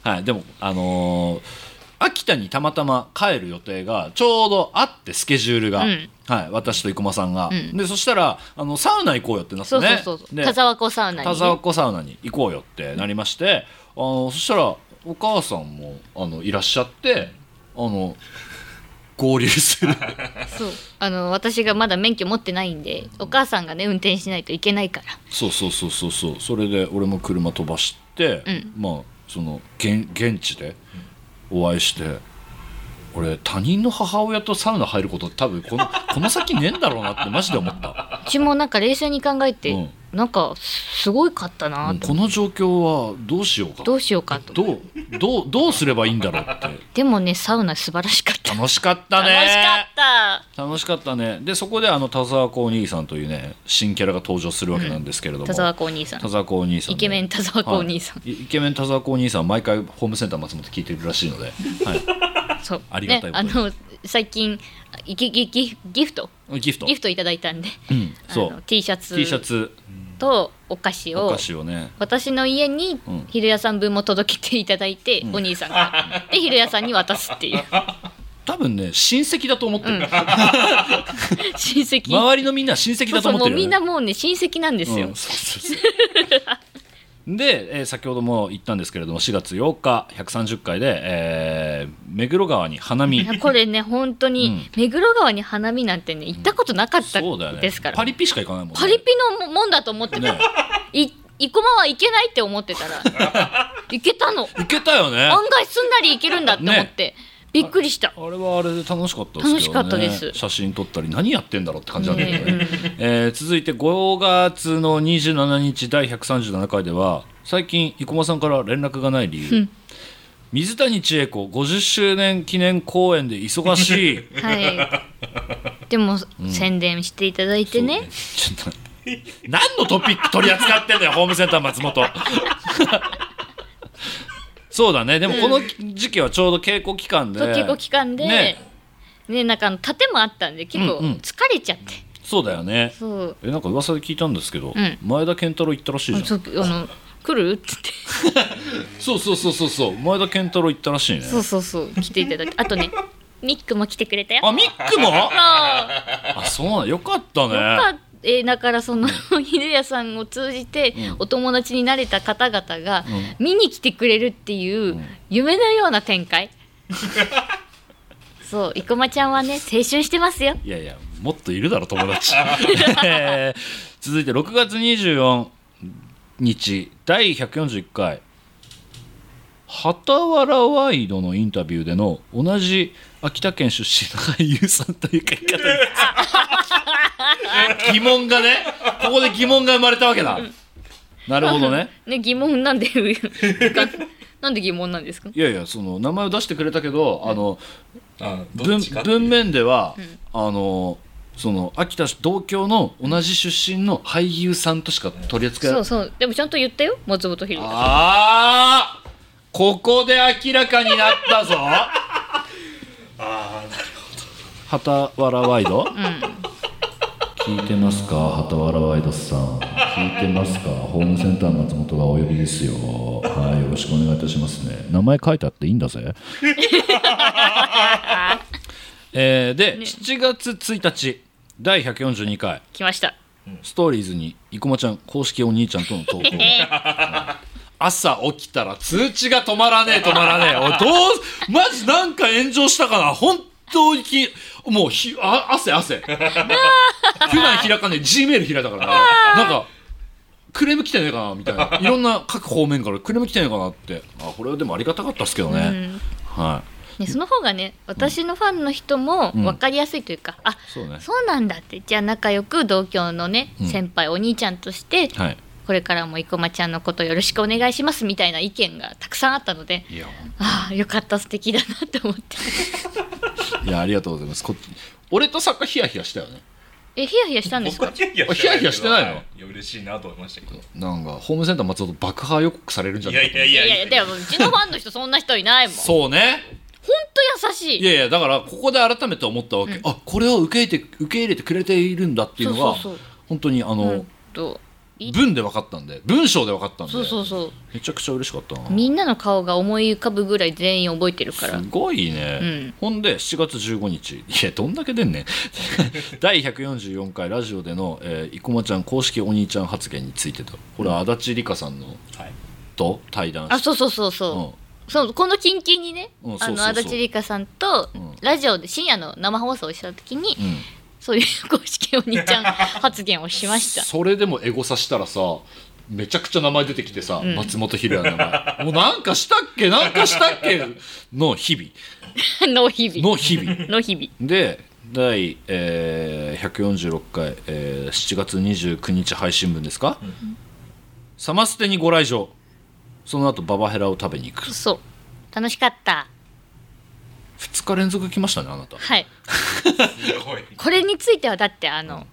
Speaker 1: はいでもあのー秋田にたまたま帰る予定がちょうどあってスケジュールが、
Speaker 5: うん
Speaker 1: はい、私と生駒さんが、
Speaker 5: うん
Speaker 1: でそしたらあのサウナ行こうよってなって
Speaker 5: そうそう
Speaker 1: ね
Speaker 5: そうそう、
Speaker 1: で
Speaker 5: 田沢湖サウナに、
Speaker 1: 田
Speaker 5: ね、
Speaker 1: 沢湖サウナに行こうよってなりまして、あのそしたらお母さんもあのいらっしゃってあの合流す
Speaker 5: [LAUGHS]
Speaker 1: る
Speaker 5: そうあの私がまだ免許持ってないんでお母さんがね運転しないといけないから
Speaker 1: そうそうそうそうそうそれで俺も車飛ばして、
Speaker 5: うん
Speaker 1: まあその現現地でお会いして俺他人の母親とサウナ入ることって多分この [LAUGHS] この先ねえんだろうなってマジで思った、
Speaker 5: うちもなんか冷静に考えて、
Speaker 1: うん
Speaker 5: なんかすごいかったな
Speaker 1: うん
Speaker 5: と、
Speaker 1: この状況はどうしようか
Speaker 5: どうしようかと
Speaker 1: どうどうどうすればいいんだろうって
Speaker 5: でもねサウナ素晴らしかった
Speaker 1: 楽しかったね
Speaker 5: 楽しかった
Speaker 1: 楽しかったねでそこであの田沢湖お兄さんというね新キャラが登場するわけなんですけれども、
Speaker 5: 田沢湖お兄さん
Speaker 1: 田沢湖お兄さんね、
Speaker 5: イケメン田沢湖お兄さん、
Speaker 1: はい、イイケメン田沢湖お兄さん毎回ホームセンター松本聞いてるらしいので、は
Speaker 5: そう
Speaker 1: ありがたいことに
Speaker 5: ね、あの最近ギギギギフト
Speaker 1: い、ギフト
Speaker 5: [LAUGHS] ギフトいただいたんで
Speaker 1: うん、そ
Speaker 5: あの
Speaker 1: う
Speaker 5: T シャツ
Speaker 1: T シャツ
Speaker 5: とお菓子
Speaker 1: お
Speaker 5: を
Speaker 1: 菓子をね
Speaker 5: 私の家に
Speaker 1: うん
Speaker 5: 昼屋さん分も届けていただいて、お兄さん
Speaker 1: [LAUGHS]
Speaker 5: がで昼屋さんに渡すっていう
Speaker 1: 多分ね親戚だと思ってる、
Speaker 5: 親戚
Speaker 1: 周りのみんな親戚
Speaker 5: そう
Speaker 1: だと
Speaker 5: そう
Speaker 1: 思っ
Speaker 5: も
Speaker 1: て
Speaker 5: う
Speaker 1: るよ
Speaker 5: みん
Speaker 1: ね
Speaker 5: なもうね親戚なんですよ、
Speaker 1: うんそうそうそう
Speaker 5: [LAUGHS]
Speaker 1: で、えー先ほども言ったんですけれども4月8日130回で、えー目黒川に花見
Speaker 5: いやこれね本当に、目黒川に花見なんてね行ったことなかった
Speaker 1: そうだよね
Speaker 5: ですから、
Speaker 1: パリピしか行かないもんね
Speaker 5: パリピのももんだと思ってた、
Speaker 1: ね
Speaker 5: い生駒は行けないって思って
Speaker 1: [LAUGHS]
Speaker 5: たら行けたの
Speaker 1: 行けたよね
Speaker 5: 案外すんなり行けるんだって思って、びっくりした
Speaker 1: あれはあれで楽しかったですけどね
Speaker 5: 楽しかったです
Speaker 1: 写真撮ったり何やってんだろうって感じなんだけどね
Speaker 5: ね
Speaker 1: [LAUGHS] えー続いて5月の27日第137回では最近生駒さんから連絡がない理由、
Speaker 5: うん
Speaker 1: 水谷千恵子50周年記念公演で忙し
Speaker 5: [LAUGHS]
Speaker 1: い
Speaker 5: はいでも、宣伝していただいてね
Speaker 1: そうちょっと何のトピック取り扱ってんだよホームセンター松
Speaker 5: [LAUGHS]
Speaker 1: 本そうだねでもこの時期はちょうど稽古期間で
Speaker 5: そう稽古期間で
Speaker 1: ね
Speaker 5: ねなんかあの盾もあったんで結構
Speaker 1: うんうん
Speaker 5: 疲れちゃって、
Speaker 1: そうだよね
Speaker 5: そう
Speaker 1: えなんか噂で聞いたんですけど、
Speaker 5: ん
Speaker 1: 前田健太郎行ったらしいじゃん
Speaker 5: そうあの来るっつって
Speaker 1: そうそうそうそうそう前田健太郎行ったらしいね
Speaker 5: そうそうそう来ていただいてあとねミックも来てくれたよ
Speaker 1: あミックも [LAUGHS]
Speaker 5: あ
Speaker 1: あそうなんよかったね
Speaker 5: ーよかったえーだからその秀屋さんを通じてお友達になれた方々が見に来てくれるっていう夢のような展開そう生駒ちゃんはね青春してますよ
Speaker 1: いやいやもっといるだろ友達 [LAUGHS] えー続いて6月24日第141回傍原ワイドのインタビューでの同じ秋田県出身の俳優さんという書き方で疑問がねここで疑問が生まれたわけだなるほどね
Speaker 5: ね疑問なんで [LAUGHS] なんで疑問なんですか
Speaker 1: いやいやその名前を出してくれたけど、あの
Speaker 2: あどっ
Speaker 1: 文
Speaker 2: ちか
Speaker 1: 文面では、あのその秋田同郷の同じ出身の俳優さんとしか取り扱い
Speaker 5: そうそうでもちゃんと言ったよ松本ひろた
Speaker 1: ああここで明らかになったぞああなるほど畑原ワイド、聞いてますか畑原ワイドさん聞いてますかホームセンター松本がお呼びですよはいよろしくお願いいたしますね名前書いてあっていいんだ [LAUGHS] ぜえーで、7月1日第142回
Speaker 5: 来ました
Speaker 1: ストーリーズに生駒ちゃん公式お兄ちゃんとの投稿が朝起きたら通知が止まらねえ止まらねえおいどうマジなんか炎上したかな本当にきもうひあ汗汗普段開かねえ G メール開いたからねなんかクレーム来てねえかなみたいないろんな各方面からクレーム来てねえかなってあこれはでもありがたかったっすけどね、はい
Speaker 5: ね、その方がね私のファンの人も
Speaker 1: ん
Speaker 5: 分かりやすいというか、あ
Speaker 1: そうね
Speaker 5: そうなんだってじゃあ仲良く同郷のね、
Speaker 1: ん
Speaker 5: 先輩お兄ちゃんとして
Speaker 1: はい
Speaker 5: これからも生駒ちゃんのことよろしくお願いしますみたいな意見がたくさんあったので
Speaker 1: いや
Speaker 5: ああよかった素敵だなって思って [LAUGHS]
Speaker 1: いやありがとうございますこ俺と作家ヒヤヒヤしたよね
Speaker 5: えヒヤヒヤしたんです
Speaker 2: 僕は
Speaker 5: か
Speaker 2: ヒヤヒヤ
Speaker 1: あヒヤヒヤしてないの
Speaker 2: はいや嬉しいなと思いましたけど
Speaker 1: なんかホームセンター松戸爆破予告されるんじゃ
Speaker 2: い
Speaker 1: ない
Speaker 2: や
Speaker 1: か
Speaker 2: いやい
Speaker 5: い
Speaker 2: や
Speaker 5: やいやでもうちのファンの人そんな人いないもん
Speaker 1: そうね
Speaker 5: 当優しい
Speaker 1: いやいやだからここで改めて思ったわけ、
Speaker 5: うん
Speaker 1: あこれを受け入れて受け入れてくれているんだっていうのが
Speaker 5: そうそう
Speaker 1: 本当にあの、
Speaker 5: そう、うんとい
Speaker 1: 文で分かったんで文章で分かったんで
Speaker 5: そうそうそ
Speaker 1: めちゃくちゃ嬉しかったな
Speaker 5: うみんなの顔が思い浮かぶぐらい全員覚えてるから
Speaker 1: すごいね、
Speaker 5: うん
Speaker 1: ほんで7月15日いやどんだけ出ん [LAUGHS] ねん第144回ラジオでの、えー、生駒ちゃん公式お兄ちゃん発言についてとこれは足立梨花さんの、
Speaker 2: はい
Speaker 1: と対談し
Speaker 5: あ
Speaker 1: て
Speaker 5: そうそうそうそう、そうこのキンキンにね、
Speaker 1: うんそ
Speaker 5: あ
Speaker 1: うそう
Speaker 5: の
Speaker 1: そう
Speaker 5: 足立梨花さんと
Speaker 1: うん
Speaker 5: ラジオで深夜の生放送をした時に、
Speaker 1: うん、うん
Speaker 5: そういう公式お兄ちゃん発言をしました
Speaker 1: それでもエゴさしたらさめちゃくちゃ名前出てきてさ、
Speaker 5: ん
Speaker 1: 松本ひるやの名前 [LAUGHS] もうなんかしたっけなんかしたっけの日
Speaker 5: [LAUGHS] の日々
Speaker 1: 々の日々
Speaker 5: の日々
Speaker 1: で第、えー、146回、えー、7月29日配信分ですか、サマステにご来場その後ババヘラを食べに行く
Speaker 5: そう楽しかった
Speaker 1: 2日連続来ましたねあなた
Speaker 5: はい
Speaker 2: す [LAUGHS] ごい。
Speaker 5: これについてはだってあの、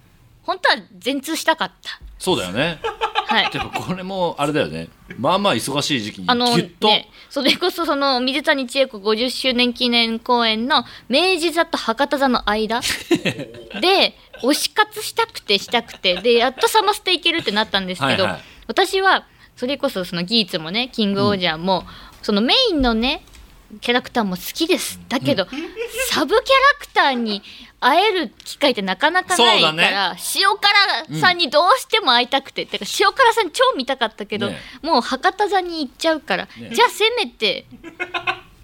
Speaker 5: 本当は全通したかっ
Speaker 1: そうだよね [LAUGHS]
Speaker 5: たはい
Speaker 1: でもこれもあれだよねまあまあ忙しい時期にギ
Speaker 5: あの
Speaker 1: ュッと、
Speaker 5: ねそれこそその水谷千恵子50周年記念公演の明治座と博多座
Speaker 1: [LAUGHS]
Speaker 5: の間で推し活したくてしたくてでやっとサマステ行けるってなったんですけど
Speaker 1: はいはい
Speaker 5: 私はそれこそそのギーツもねキングオージャーも、そのメインのねキャラクターも好きですだけど、サブキャラクターに会える機会ってなかなかないか
Speaker 1: そうだ
Speaker 5: ら、塩辛さんにどうしても会いたくて、てか塩辛さん超見たかったけど、
Speaker 1: ね
Speaker 5: もう博多座に行っちゃうから、
Speaker 1: ね
Speaker 5: じゃあせ
Speaker 1: [LAUGHS]
Speaker 5: めて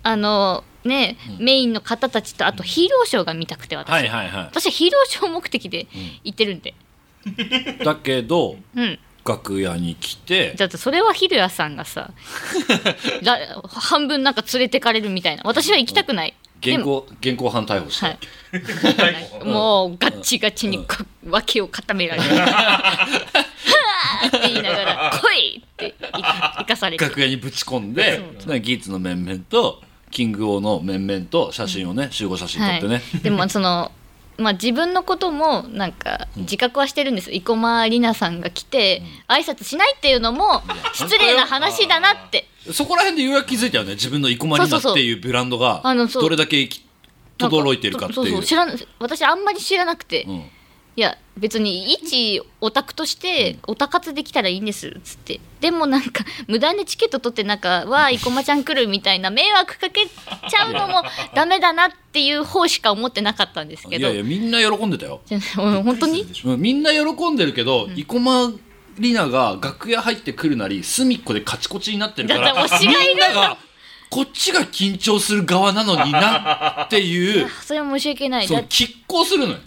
Speaker 5: あのね、メインの方たちとあとヒーローショーが見たくて私、
Speaker 1: はいはいは
Speaker 5: 私はヒーローショー目的で行ってるんで、
Speaker 1: いだけど
Speaker 5: うん、
Speaker 1: 楽屋に来て
Speaker 5: だってそれはひるやさん
Speaker 1: [LAUGHS]
Speaker 5: がさら半分なんか連れてかれるみたいな私は行きたくない、で
Speaker 1: 現
Speaker 5: も
Speaker 1: 行現行犯逮捕して、
Speaker 5: はいもうガッチガチにこ脇を固めら [LAUGHS] れる。はあって言いながら「来い!」って行かされて
Speaker 1: 楽屋にぶち込んででギーツの面々とキングオーの面々と写真をね、集合写真撮ってね、
Speaker 5: でもその、まあ、自分のこともなんか自覚はしてるんです生駒里奈さんが来て挨拶しないっていうのも失礼な話だなって
Speaker 1: そこら辺でようやく気づいたよね自分の生駒里
Speaker 5: そ
Speaker 1: 奈
Speaker 5: うそうそう
Speaker 1: っていうブランドが
Speaker 5: あのそう
Speaker 1: どれだけ行き
Speaker 5: なんか
Speaker 1: 轟いてるかって
Speaker 5: そう
Speaker 1: い
Speaker 5: そうう知らな私あんまり知らなくて、
Speaker 1: う
Speaker 5: い
Speaker 1: ん
Speaker 5: や別に一オタクとしてオタ活できたらいいんですっつってでもなんか無駄にチケット取ってなんか「わあ生駒ちゃん来る」みたいな迷惑かけちゃうの
Speaker 1: [LAUGHS]
Speaker 5: もダメだなっていう方しか思ってなかったんですけ
Speaker 1: い
Speaker 5: ど
Speaker 1: やいやみんな喜んでたよ、
Speaker 5: じゃあうん本当に
Speaker 1: うん、みんな喜んでるけど、生駒里奈が楽屋入ってくるなり隅っこでカチコチになってるから
Speaker 5: だって推しがいる
Speaker 1: みんながこっちが緊張する側なのになっていう
Speaker 5: それ [LAUGHS] は申し訳ない
Speaker 1: そ
Speaker 5: だ
Speaker 1: の
Speaker 5: っ
Speaker 1: 拮抗するのよ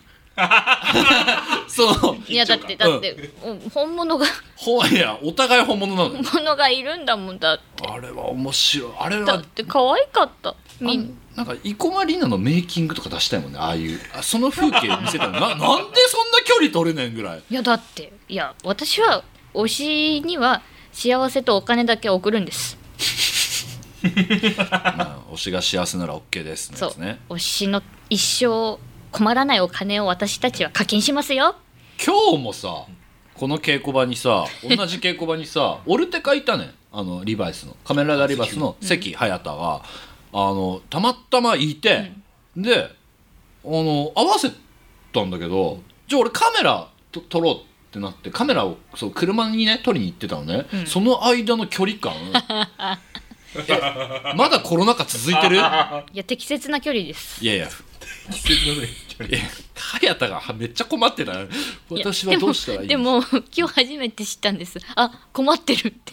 Speaker 1: その
Speaker 5: いやだってだって、うん本物が
Speaker 1: ほいやお互い本物なのよ
Speaker 5: 本物がいるんだもんだって
Speaker 1: あれは面白いあれ
Speaker 5: だ
Speaker 1: は
Speaker 5: って可愛かったみん
Speaker 1: あなんか生駒里奈のメイキングとか出したいもんねああいうあその風景見せたらななんでそんな距離取れねんぐらい
Speaker 5: [LAUGHS] いやだっていや私は推しには幸せとお金だけ送るんです
Speaker 1: まあ推しが幸せなら OK ですの
Speaker 5: そ
Speaker 1: や
Speaker 5: う
Speaker 1: つね
Speaker 5: 推しの一生困らないお金を私たちは課金しますよ
Speaker 1: 今日もさこの稽古場にさ同じ稽古場にさオルテカいたねんあのリバイスのカメラダリバイスの関隼太があのたまたまいて、であの合わせたんだけどじゃあ俺カメラと撮ろうってなってカメラをそう車にね撮りに行ってたのね、その間の距離 [LAUGHS] 感えまだコロナ禍続い [LAUGHS] てるいや
Speaker 5: いや適切な距離です
Speaker 1: いや
Speaker 2: 季節のね
Speaker 1: いや隼太がめっちゃ困ってたよ
Speaker 5: いや
Speaker 1: 私はどうしたらいい
Speaker 5: でも [LAUGHS] でも今日初めて知ったんですあ困ってるって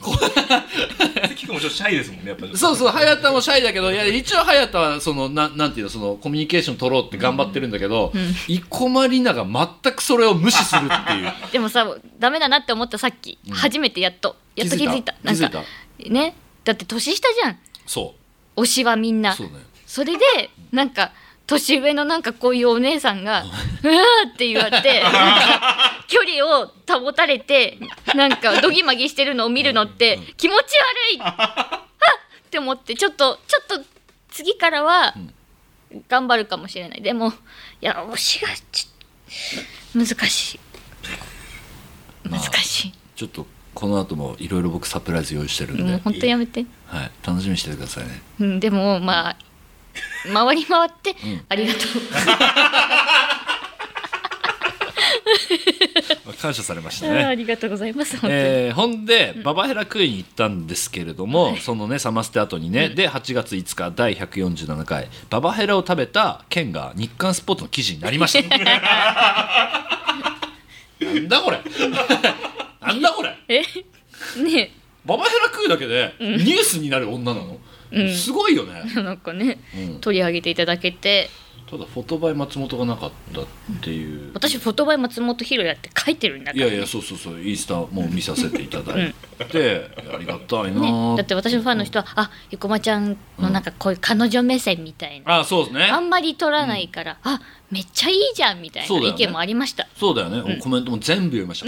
Speaker 2: 結構もちょっとシャイですもんね、やっぱり。
Speaker 1: そうそう、隼太もシャイだけど、いや、一応隼太は、その、なん、なんていうの、その、コミュニケーション取ろうって頑張ってるんだけど、生駒里奈が全くそれを無視するっていう。
Speaker 5: でもさダメだなって思ったさっき、初めてやっとやっと気づいた
Speaker 1: 気づいた
Speaker 5: なんかねだって年下じゃん
Speaker 1: そ
Speaker 5: 推しはみん
Speaker 1: う。
Speaker 5: な
Speaker 1: そうね。
Speaker 5: それでなんか年上のなんかこういうお姉さんが「うわ!」って言わ
Speaker 1: [LAUGHS]
Speaker 5: れてなんか距離を保たれてなんかどぎまぎしてるのを見るのって気持ち悪いあっって思ってちょっとちょっと次からは頑張るかもしれないでもいや推しがちょっと難しい
Speaker 1: ま
Speaker 5: 難
Speaker 1: あ
Speaker 5: しい、
Speaker 1: ちょっと、この後もいろいろ僕サプライズ用意してるんで、
Speaker 5: もう本当やめて、
Speaker 1: [LAUGHS] はい、楽しみにしててくださいね。
Speaker 5: うん、でもまあ回り回って、ありがと
Speaker 1: 感謝されました
Speaker 5: う、あ
Speaker 1: [LAUGHS] ね。
Speaker 5: りがとうございます本当に、
Speaker 1: えーほんで、ババヘラ食いに行ったんですけれども、そのねサマステ後にね、で8月5日第147回ババヘラを食べた件が日刊スポーツの記事になりま
Speaker 5: [LAUGHS]
Speaker 1: したなんだこれ [LAUGHS] なんだこれ
Speaker 5: えね
Speaker 1: ババヘラ食うだけでニュースになる女なの、
Speaker 5: うん
Speaker 1: すごいよね、
Speaker 5: えなんかね
Speaker 1: うん
Speaker 5: 取り上げていただけて
Speaker 1: ただフォトバイ松本がなかったっていう、
Speaker 5: 私フォトバイ松本ひろやって書いてるんだか
Speaker 1: い
Speaker 5: ら、
Speaker 1: や
Speaker 5: ね、
Speaker 1: いやそうそうそうインスタも見させていただいて、ありがたいなー
Speaker 5: ね、だって私のファンの人は、あゆこまちゃんのなんかこういう彼女目線みたいな、
Speaker 1: あそうですね
Speaker 5: あんまり取らないから、あめっちゃいいじゃんみたい
Speaker 1: そう
Speaker 5: な
Speaker 1: だよ
Speaker 5: 意
Speaker 1: ね
Speaker 5: 見もありました、
Speaker 1: そうだよね、コメントも全部読みました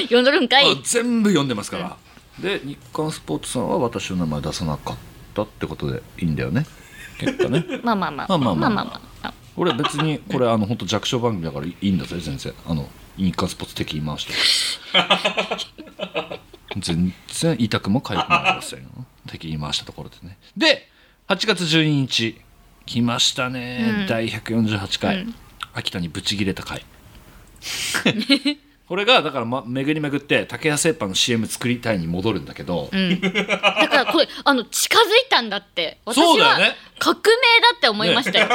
Speaker 5: 読んどるんかい
Speaker 1: あ全部読んでますから、で日刊スポーツさんは私の名前出さなかったってことでいいんだよね結果ね
Speaker 5: まあまあま
Speaker 1: ま
Speaker 5: あ
Speaker 1: あまあまあ
Speaker 5: まあまあまあ
Speaker 1: 俺は別にこれあの本当弱小番組だからいいんだぜ全然あの日刊スポーツ的言い回して [LAUGHS] 全然痛くも痒くもありませんよ敵言い回したところでねで8月12日来ましたね、
Speaker 5: うん
Speaker 1: 第148回、秋田にブチギレた回 [LAUGHS] これがだから、ま、巡り巡って竹谷製パンの CM 作りたいに戻るんだけど、
Speaker 5: うん、だからこれあの近づいたんだって私
Speaker 1: そうだ
Speaker 5: は
Speaker 1: よね
Speaker 5: 革命だって思いましたよ、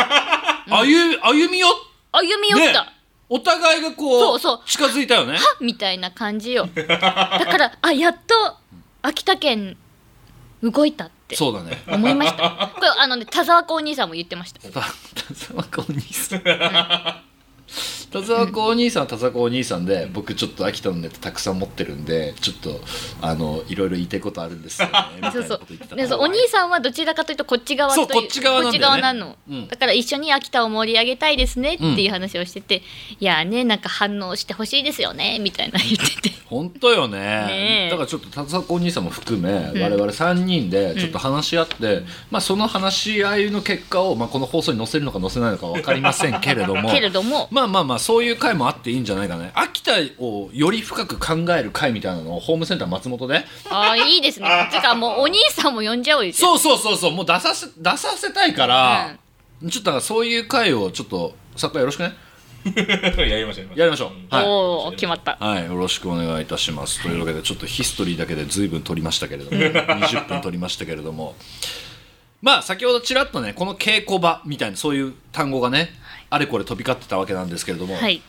Speaker 1: 歩歩み寄っ
Speaker 5: 歩み寄
Speaker 1: ね
Speaker 5: った、
Speaker 1: お互いがこう
Speaker 5: そうそう
Speaker 1: 近づいたよね
Speaker 5: はみたいな感じよだからあやっと秋田県動いたって
Speaker 1: そうだね
Speaker 5: 思いま
Speaker 1: [LAUGHS]
Speaker 5: したこれあのね田沢子お兄さんも言ってました
Speaker 1: 田田沢子お兄さん田沢子お兄さんは田沢子お兄さんで僕ちょっと秋田のネタたくさん持ってるんでちょっとあのいろいろ言いたいことあるんですよねみたい
Speaker 5: そう
Speaker 1: な
Speaker 5: そ
Speaker 1: こと
Speaker 5: う
Speaker 1: 言ってた
Speaker 5: でそうお兄さんはどちらかというとこっち側という
Speaker 1: そうこっち側なんだよね
Speaker 5: こっち側なの、
Speaker 1: うん
Speaker 5: だから一緒に秋田を盛り上げたいですねっていう話をしてて、いやーねなんか反応してほしいですよねみたいな言ってて
Speaker 1: 本当よね
Speaker 5: ねえ
Speaker 1: だからちょっと田沢子お兄さんも含め、我々3人でちょっと話し合って、まあ、その話し合いの結果を、まあ、この放送に載せるのか載せないのか分かりませんけれども
Speaker 5: けれども
Speaker 1: まあまあまあそういう回もあっていいんじゃないかね秋田をより深く考える回みたいなのをホームセンター松本で
Speaker 5: あーいいですね
Speaker 1: [LAUGHS]
Speaker 5: てかもうお兄さんも呼んじゃおうよ
Speaker 1: そうそうそうそうもう出させ出させたいから、ちょっとだからそういう回をちょっと作家よろしくね
Speaker 2: やりましょう
Speaker 1: やりましょう、はい
Speaker 5: おお決まった
Speaker 1: はい、よろしくお願いいたします。というわけで、ちょっとヒストリーだけで随分取りましたけれども、20分 [LAUGHS] 取りましたけれども、まあ、先ほどちらっとね、この稽古場みたいな、そういう単語がね、あれこれ飛び交ってたわけなんですけれども、
Speaker 5: はい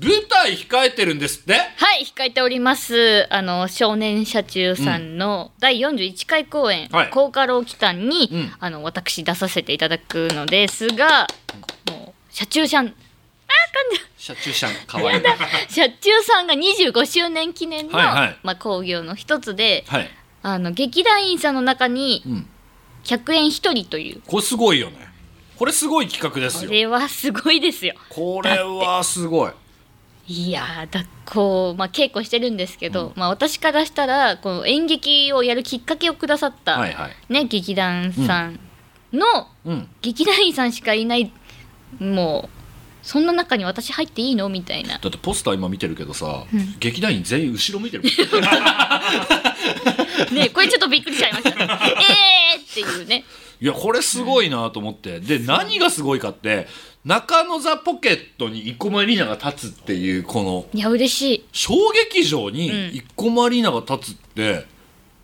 Speaker 1: 舞台控えてるんですって
Speaker 5: はい控えておりますあの少年社中さんの第41回公演
Speaker 1: はい
Speaker 5: 「高家老祈祷に」
Speaker 1: うん
Speaker 5: あの私出させていただくのですがもう社中さん [LAUGHS]
Speaker 1: 車中車、かわいい。
Speaker 5: 社中さんが25周年記念の、
Speaker 1: はいはい
Speaker 5: まあ、興行の一つで
Speaker 1: はい。
Speaker 5: あの劇団員さんの中に
Speaker 1: うん。
Speaker 5: 100円一人という
Speaker 1: これすごいよね。これすごい企画で
Speaker 5: こ
Speaker 1: すよ。
Speaker 5: れはすごいですよ。
Speaker 1: これはすごい。
Speaker 5: いやーだこう、まあ、稽古してるんですけど、まあ、私からしたらこう演劇をやるきっかけをくださった、
Speaker 1: はいはい。
Speaker 5: ね、劇団さんの、
Speaker 1: うん。
Speaker 5: 劇団員さんしかいないもうそんな中に私入っていいのみたい
Speaker 1: [LAUGHS]
Speaker 5: な
Speaker 1: だってポスター今見てるけどさ、劇団員全員後ろ見てるもん。 [LAUGHS]
Speaker 5: ねこれちょっとびっくりしちゃ
Speaker 1: [LAUGHS]
Speaker 5: いましたえーっていうね
Speaker 1: いやこれすごいなと思って、で何がすごいかって中野ザ・ポケットに生駒里奈が立つっていうこの
Speaker 5: いや嬉しい
Speaker 1: 小劇場に
Speaker 5: うん
Speaker 1: 生駒里奈が立つって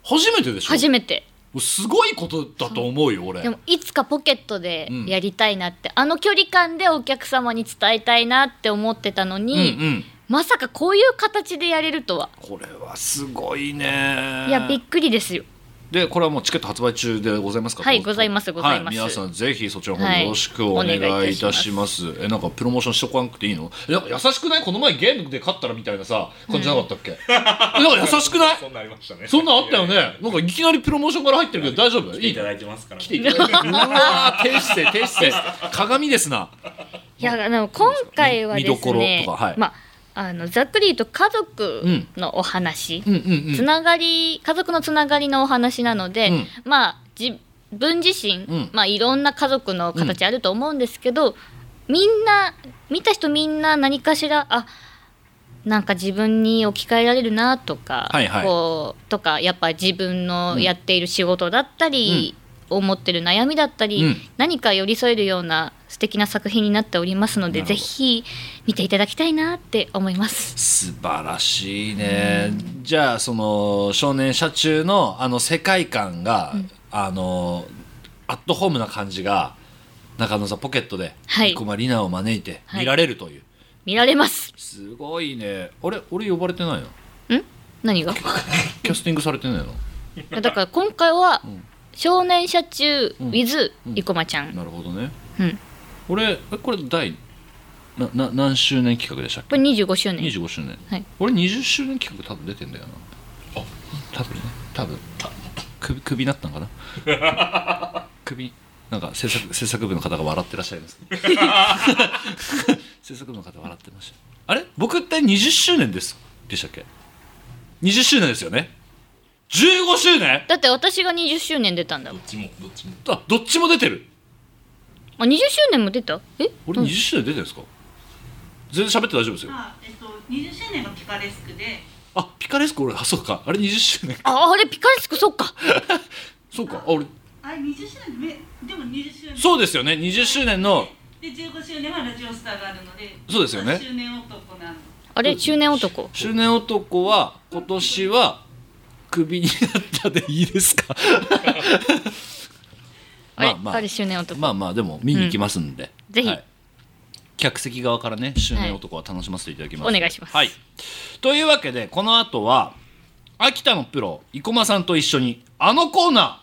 Speaker 1: 初めてでしょ
Speaker 5: 初めて
Speaker 1: すごいことだと思うよ俺
Speaker 5: でもいつかポケットでやりたいなって、あの距離感でお客様に伝えたいなって思ってたの
Speaker 1: うんう
Speaker 5: に、
Speaker 1: ん
Speaker 5: まさかこういう形でやれるとは
Speaker 1: これはすごいね
Speaker 5: いやびっくりですよ
Speaker 1: でこれはもうチケット発売中でございますか
Speaker 5: はい
Speaker 1: どうぞ
Speaker 5: ございますございます
Speaker 1: は皆さんぜひそちらの方よろしくお願いいたします,、えなんかプロモーションしとかなくていいのえなんか優しくないこの前ゲームで勝ったらみたいなさ感じなかったっ
Speaker 5: [LAUGHS]
Speaker 1: け、えなんか優しくない
Speaker 2: そんなんありましたね
Speaker 1: そんなんあったよね。なんかいきなりプロモーションから入ってるけど大丈夫
Speaker 2: 来て
Speaker 1: い
Speaker 2: い
Speaker 1: い
Speaker 2: ただいてますから
Speaker 1: 来てい
Speaker 5: [LAUGHS]
Speaker 1: ただいて。うわー、低姿勢、低姿勢。 [LAUGHS] 鏡ですな。
Speaker 5: いやあの今回はです
Speaker 1: 見見ど
Speaker 5: ね
Speaker 1: ころとかはい
Speaker 5: まああのざっくり言うと家族のお話、
Speaker 1: うんうん
Speaker 5: つながり家族のつながりのお話なので、
Speaker 1: うん
Speaker 5: まあ自分自身、
Speaker 1: うん
Speaker 5: まあ、いろんな家族の形あると思うんですけど、みんな見た人みんな何かしらあなんか自分に置き換えられるなとか、
Speaker 1: はいはい
Speaker 5: こうとかやっぱ自分のやっている仕事だったり、を持ってる悩みだったり、
Speaker 1: うん
Speaker 5: 何か寄り添えるような素敵な作品になっておりますので
Speaker 1: なる
Speaker 5: ぜ
Speaker 1: ほど
Speaker 5: ひ見ていただきたいなって思います。
Speaker 1: 素晴らしいね、じゃあその少年社中のあの世界観が、あのアットホームな感じが中野さんポケットで
Speaker 5: はい
Speaker 1: 生駒里奈を招いて
Speaker 5: はい
Speaker 1: 見られるという、
Speaker 5: 見られます。
Speaker 1: すごいねあれ俺呼ばれてないの
Speaker 5: ん何が
Speaker 1: キャスティングされてないの
Speaker 5: [LAUGHS] だから今回は
Speaker 1: ん
Speaker 5: 少年社中
Speaker 1: ん
Speaker 5: with
Speaker 1: うん
Speaker 5: 生駒ちゃん、
Speaker 1: なるほどね
Speaker 5: うん、
Speaker 1: 俺えこれ第なな何周年企画でしたっ
Speaker 5: こ
Speaker 1: け
Speaker 5: れ25周年
Speaker 1: 25周年、
Speaker 5: はい
Speaker 1: 俺20周年企画多分出てんだよな多分ね多分首首になったのかな首なんか制作制作部の方が笑ってらっしゃいますけど制作部の方笑ってましたあれ僕って20周年ですでしたっけ20周年ですよね15周年
Speaker 5: だって私が20周年出たんだも
Speaker 2: ど
Speaker 5: ん
Speaker 2: っちもどっちも
Speaker 1: あどっちも出てる
Speaker 5: あ20周年も出たえ
Speaker 1: 俺20周年出てるんですか全然喋って大丈夫ですよ
Speaker 6: あえっと、20周年がピカレスクで
Speaker 1: あピカレスク俺あそうかあれ20周年
Speaker 5: ああれピカレスクそっか
Speaker 1: そうかあ俺
Speaker 6: あれ20周年ででも20周年
Speaker 1: そうですよね20周年の
Speaker 6: で15周年はラジオスターがあるので
Speaker 1: そうですよね
Speaker 6: 周年男なの
Speaker 5: あれ中年男
Speaker 1: 周年男は今年はクビになったでいいです
Speaker 5: [LAUGHS]
Speaker 1: か
Speaker 5: あれ、
Speaker 1: まあまあ
Speaker 5: あれ中年男、
Speaker 1: まあまあでも見に行きますんで、
Speaker 5: うんぜひ
Speaker 1: い客席側からね周年男は楽しませていただきます、
Speaker 5: お願いします
Speaker 1: はい、というわけでこの後は秋田のプロ生駒さんと一緒にあのコーナ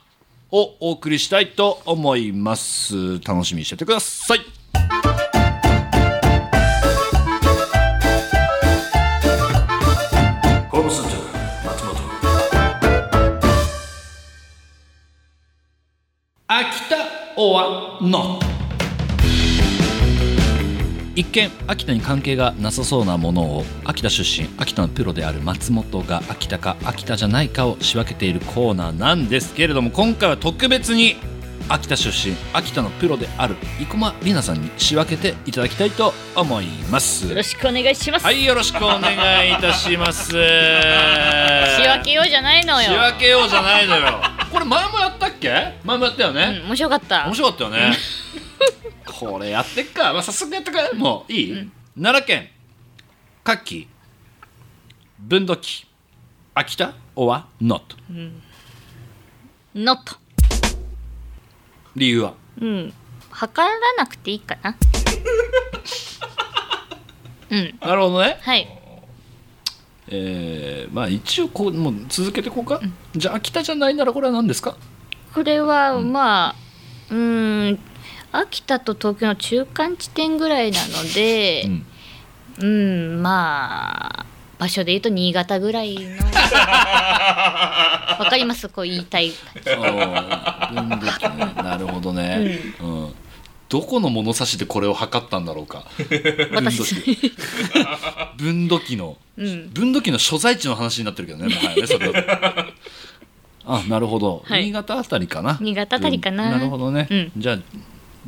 Speaker 1: ーをお送りしたいと思います楽しみにしててください秋田オアノ一見秋田に関係がなさそうなものを秋田出身秋田のプロである松本が秋田か秋田じゃないかを仕分けているコーナーなんですけれども今回は特別に秋田出身秋田のプロである生駒里奈さんに仕分けていただきたいと思います
Speaker 5: よろしくお願いします、
Speaker 1: はいよろしくお願いいたし
Speaker 5: [LAUGHS]
Speaker 1: ます仕
Speaker 5: 仕分け
Speaker 1: 分
Speaker 5: ようじゃないのよ
Speaker 1: 仕分けようじゃないのよこれ前もやったっけ前もやったよね、
Speaker 5: うん面白かった
Speaker 1: 面白かったよねこれやってっか、まあ、早速やってかもういい、奈良県夏季分度器秋田 or not
Speaker 5: ノット
Speaker 1: 理由は
Speaker 5: うん測らなくていいか
Speaker 1: [LAUGHS]
Speaker 5: なうん
Speaker 1: なるほどね
Speaker 5: はい
Speaker 1: えー、まあ一応こうもう続けてこうか、じゃあ秋田じゃないならこれは何ですか
Speaker 5: これはまあうーん秋田と東京の中間地点ぐらいなので
Speaker 1: うん
Speaker 5: うん、まあ場所で言うと新潟ぐらいのわかりますこう言いたい
Speaker 1: 分度器 [LAUGHS] ねなるほどね、うんどこの物差しでこれを測ったんだろうか分度器
Speaker 5: 私
Speaker 1: 分度器の
Speaker 5: うん
Speaker 1: 分度器の所在地の話になってるけどね、もはやね、
Speaker 5: [LAUGHS]
Speaker 1: それはあ、なるほど、
Speaker 5: はい
Speaker 1: 新潟あたりかな。
Speaker 5: 新潟あたりかな
Speaker 1: うんなるほどね、
Speaker 5: うん
Speaker 1: じゃあ、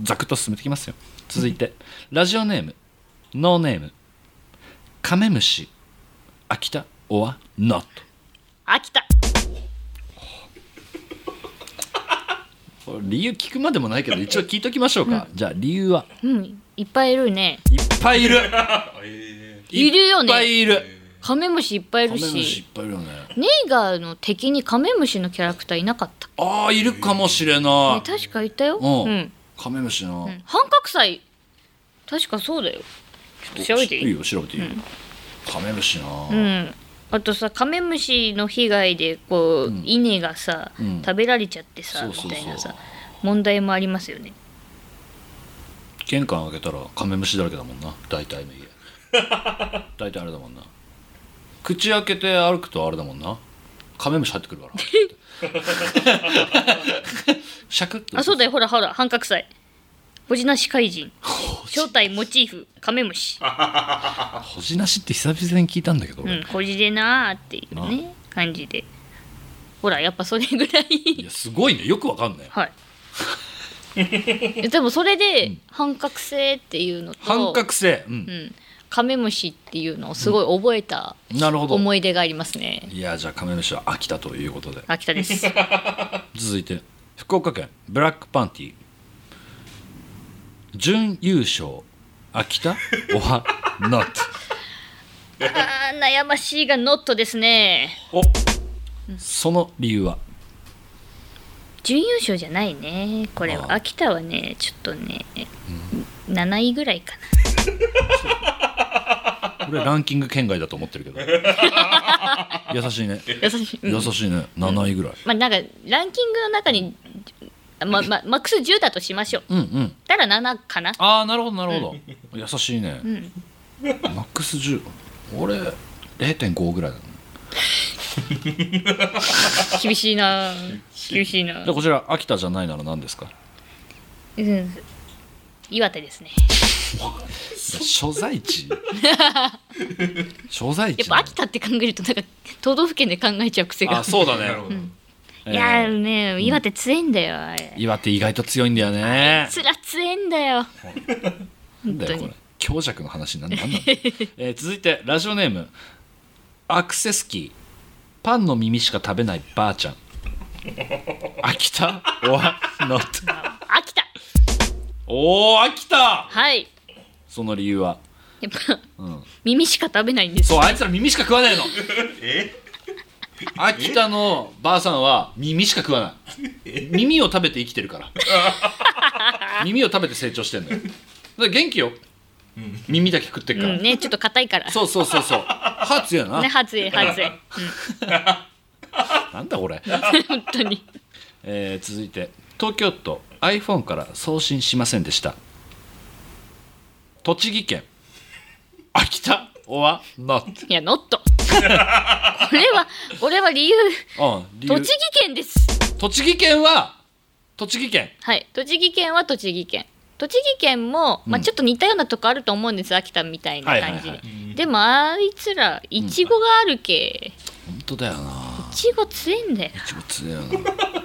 Speaker 1: ざくっと進めてきますよ。続いて、ラジオネーム、ノーネーム。カメムシ、秋田、オア、ノット。
Speaker 5: 秋田
Speaker 1: これ理由聞くまでもないけ
Speaker 5: [LAUGHS]
Speaker 1: ど、一応聞いときましょうか。じゃあ、理由は。
Speaker 5: うんいっぱいいるね
Speaker 1: いっぱいいる。
Speaker 5: [LAUGHS] いるよ
Speaker 1: いっぱ
Speaker 5: ね
Speaker 1: いいる。
Speaker 5: カメムシいっぱいい
Speaker 1: カ
Speaker 5: る
Speaker 1: メムシい
Speaker 5: し
Speaker 1: っぱいいるよね。
Speaker 5: ネイガーの敵にカメムシのキャラクターいなかったっ
Speaker 1: ああ、いるかもしれ
Speaker 5: け、
Speaker 1: な
Speaker 5: ね、
Speaker 1: い。
Speaker 5: 確かいたよ
Speaker 1: う
Speaker 5: うん
Speaker 1: ん。カメムシの。
Speaker 5: うん半角祭確かそうだよちょっと調べていい
Speaker 1: いよ調べていいよ、カメムシなあ、
Speaker 5: うん、あとさカメムシの被害でこう、稲がさ、
Speaker 1: ん
Speaker 5: 食べられちゃってさ
Speaker 1: そう
Speaker 5: み
Speaker 1: そうそう
Speaker 5: たいなさ問題もありますよね
Speaker 1: 玄関開けたらカメムシだらけだもんな大体の
Speaker 5: [LAUGHS]
Speaker 1: 家大体あれだもんな口開けて歩くとあれだもんなカメムシ入ってくるから
Speaker 5: [LAUGHS]
Speaker 1: シャクッと
Speaker 5: あそうだよほらほら半角祭ほじなし怪
Speaker 1: [LAUGHS]
Speaker 5: 人正体モチーフカメムシ、
Speaker 1: あほじなしって久々に聞いたんだけど、
Speaker 5: う
Speaker 1: 俺
Speaker 5: ん、ほじでなーっていうね感じでほらやっぱそれぐら
Speaker 1: い
Speaker 5: い
Speaker 1: やすごいねよくわかんない
Speaker 5: はいでもそれで半角性っていうのと
Speaker 1: 半角性、うん
Speaker 5: うん、カメムシっていうのをすごい覚えた
Speaker 1: なるほど
Speaker 5: 思い出がありますね、
Speaker 1: いやじゃあカメムシは飽きたということで
Speaker 5: 秋田です。
Speaker 1: 続いて福岡県ブラックパンティ準優勝秋田 [LAUGHS] おは not
Speaker 5: あー悩ましいがノットですね
Speaker 1: その理由は
Speaker 5: 準優勝じゃないねこれは秋田はねちょっとね、7位ぐらいかな
Speaker 1: 俺ランキング圏外だと思ってるけ [LAUGHS] ど優しいね
Speaker 5: 優しい、うん
Speaker 1: 優しいね7位ぐらい
Speaker 5: まあなんかランキングの中にままマックス10だとしましょう
Speaker 1: うんうん
Speaker 5: たら7かな
Speaker 1: ああなるほどなるほど優しいね
Speaker 5: うん
Speaker 1: マックス10俺0.5ぐらいだね
Speaker 5: 厳しいな厳しいな
Speaker 1: でこちら秋田じゃないなら何ですか
Speaker 5: うん岩手ですね
Speaker 1: 所在 [LAUGHS] 地所在地
Speaker 5: やっぱ秋田って考えるとなんか都道府県で考えちゃう癖が
Speaker 1: あそうだ
Speaker 2: なるほ
Speaker 1: ね
Speaker 2: ど。
Speaker 1: え
Speaker 5: いや
Speaker 1: ー
Speaker 5: ーね岩手強いんだよあれ
Speaker 1: 岩手意外と強いんだよね
Speaker 5: つら強いんだよ
Speaker 1: なんだよこ
Speaker 5: 本当
Speaker 1: れ強弱の話なんなんなの、
Speaker 5: [LAUGHS]
Speaker 1: えー続いてラジオネームアクセスキーパンの耳しか食べないばあちゃん秋田 or not
Speaker 5: 秋田
Speaker 1: おー秋田
Speaker 5: はい
Speaker 1: その理由は、
Speaker 5: やっぱ
Speaker 1: うん、
Speaker 5: 耳しか食べないんです
Speaker 1: そうあいつら耳しか食わないの
Speaker 2: え
Speaker 1: 秋田のばあさんは耳しか食わない耳を食べて生きてるから耳を食べて成長してんだよだから元気よ耳だけ食ってっ
Speaker 5: う
Speaker 1: から、
Speaker 5: んねちょっと硬いから
Speaker 1: そうそうそうそう歯強いな、
Speaker 5: ねはずいはず
Speaker 1: [LAUGHS]
Speaker 5: い
Speaker 1: なんだこれ、
Speaker 5: 本当に
Speaker 1: えー続いて東京都 iPhone から送信しませんでした栃木県秋田 or not
Speaker 5: いやノットこれはこれは理由
Speaker 1: うん理由
Speaker 5: 栃木県です
Speaker 1: 栃木県は栃木県
Speaker 5: はい栃木県は栃木県栃木県も、まあ、ちょっと似たようなとこあると思うんです秋田みたいな感じで、
Speaker 1: はいはいは
Speaker 5: でもあいつらいちごがあるけ、
Speaker 1: 本当だよない
Speaker 5: ちご強いんだよ
Speaker 1: ちご強いよな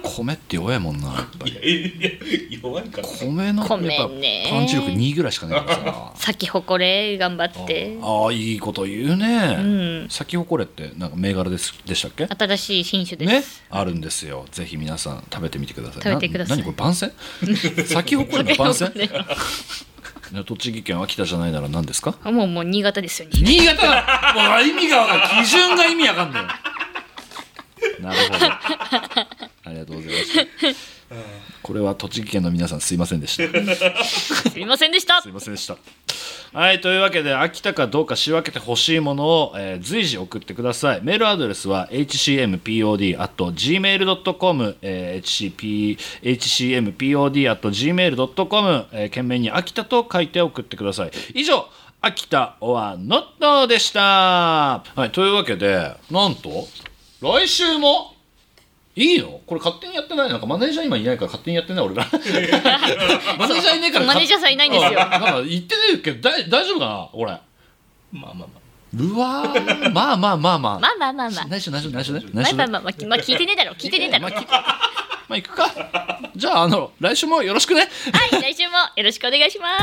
Speaker 1: 米って弱いもんなやっぱり
Speaker 2: 弱いから。
Speaker 1: 米のやっぱ
Speaker 5: 米ね
Speaker 1: パンチ力2ぐらいしかないからさ
Speaker 5: 咲き誇れ頑張って
Speaker 1: ああいいこと言う
Speaker 5: う
Speaker 1: ね、
Speaker 5: ん
Speaker 1: 咲き誇れってなんか銘柄ですでしたっけ
Speaker 5: 新しい新種です、
Speaker 1: ねあるんですよぜひ皆さん食べてみてください
Speaker 5: 食べてください
Speaker 1: な何これ番
Speaker 5: [LAUGHS]
Speaker 1: 宣咲き誇れの番宣
Speaker 5: ね
Speaker 1: ね栃木県秋田じゃないなら何ですか
Speaker 5: もうもう新潟ですよね
Speaker 1: 新潟だもう意味がわかんない基準が意味わかんないなるほどありがとうございましたこれは栃木県の皆さんすいませんでした
Speaker 5: すみませんでした
Speaker 1: すいませんでした。はい、というわけで、秋田かどうか仕分けてほしいものを、えー随時送ってください。メールアドレスは hcmpod.gmail.com、えー HCP、hcmpod.gmail.com、えー、懸命に秋田と書いて送ってください。以上、秋田 or not でした。はい、というわけで、なんと、来週も、いいのこれ勝手にやってないなんかマネージャー今いないから勝手にやってない俺らマネージャーいないから
Speaker 5: マネージャーさんいないんですよ
Speaker 1: なんか言ってねえけどだい大丈夫かな俺
Speaker 2: まあまあま
Speaker 1: うわーまあまあまあまあ
Speaker 5: まあまあまあまあ
Speaker 1: 内緒内緒内緒ね
Speaker 5: ま
Speaker 1: 内緒ね
Speaker 5: あまあまあまあ、まあ、聞いてねえだろ聞いてねえだろ
Speaker 1: [LAUGHS] まあ聞いてまあ行くかじゃああの来週もよろしくね
Speaker 5: はい来週もよろしくお願いします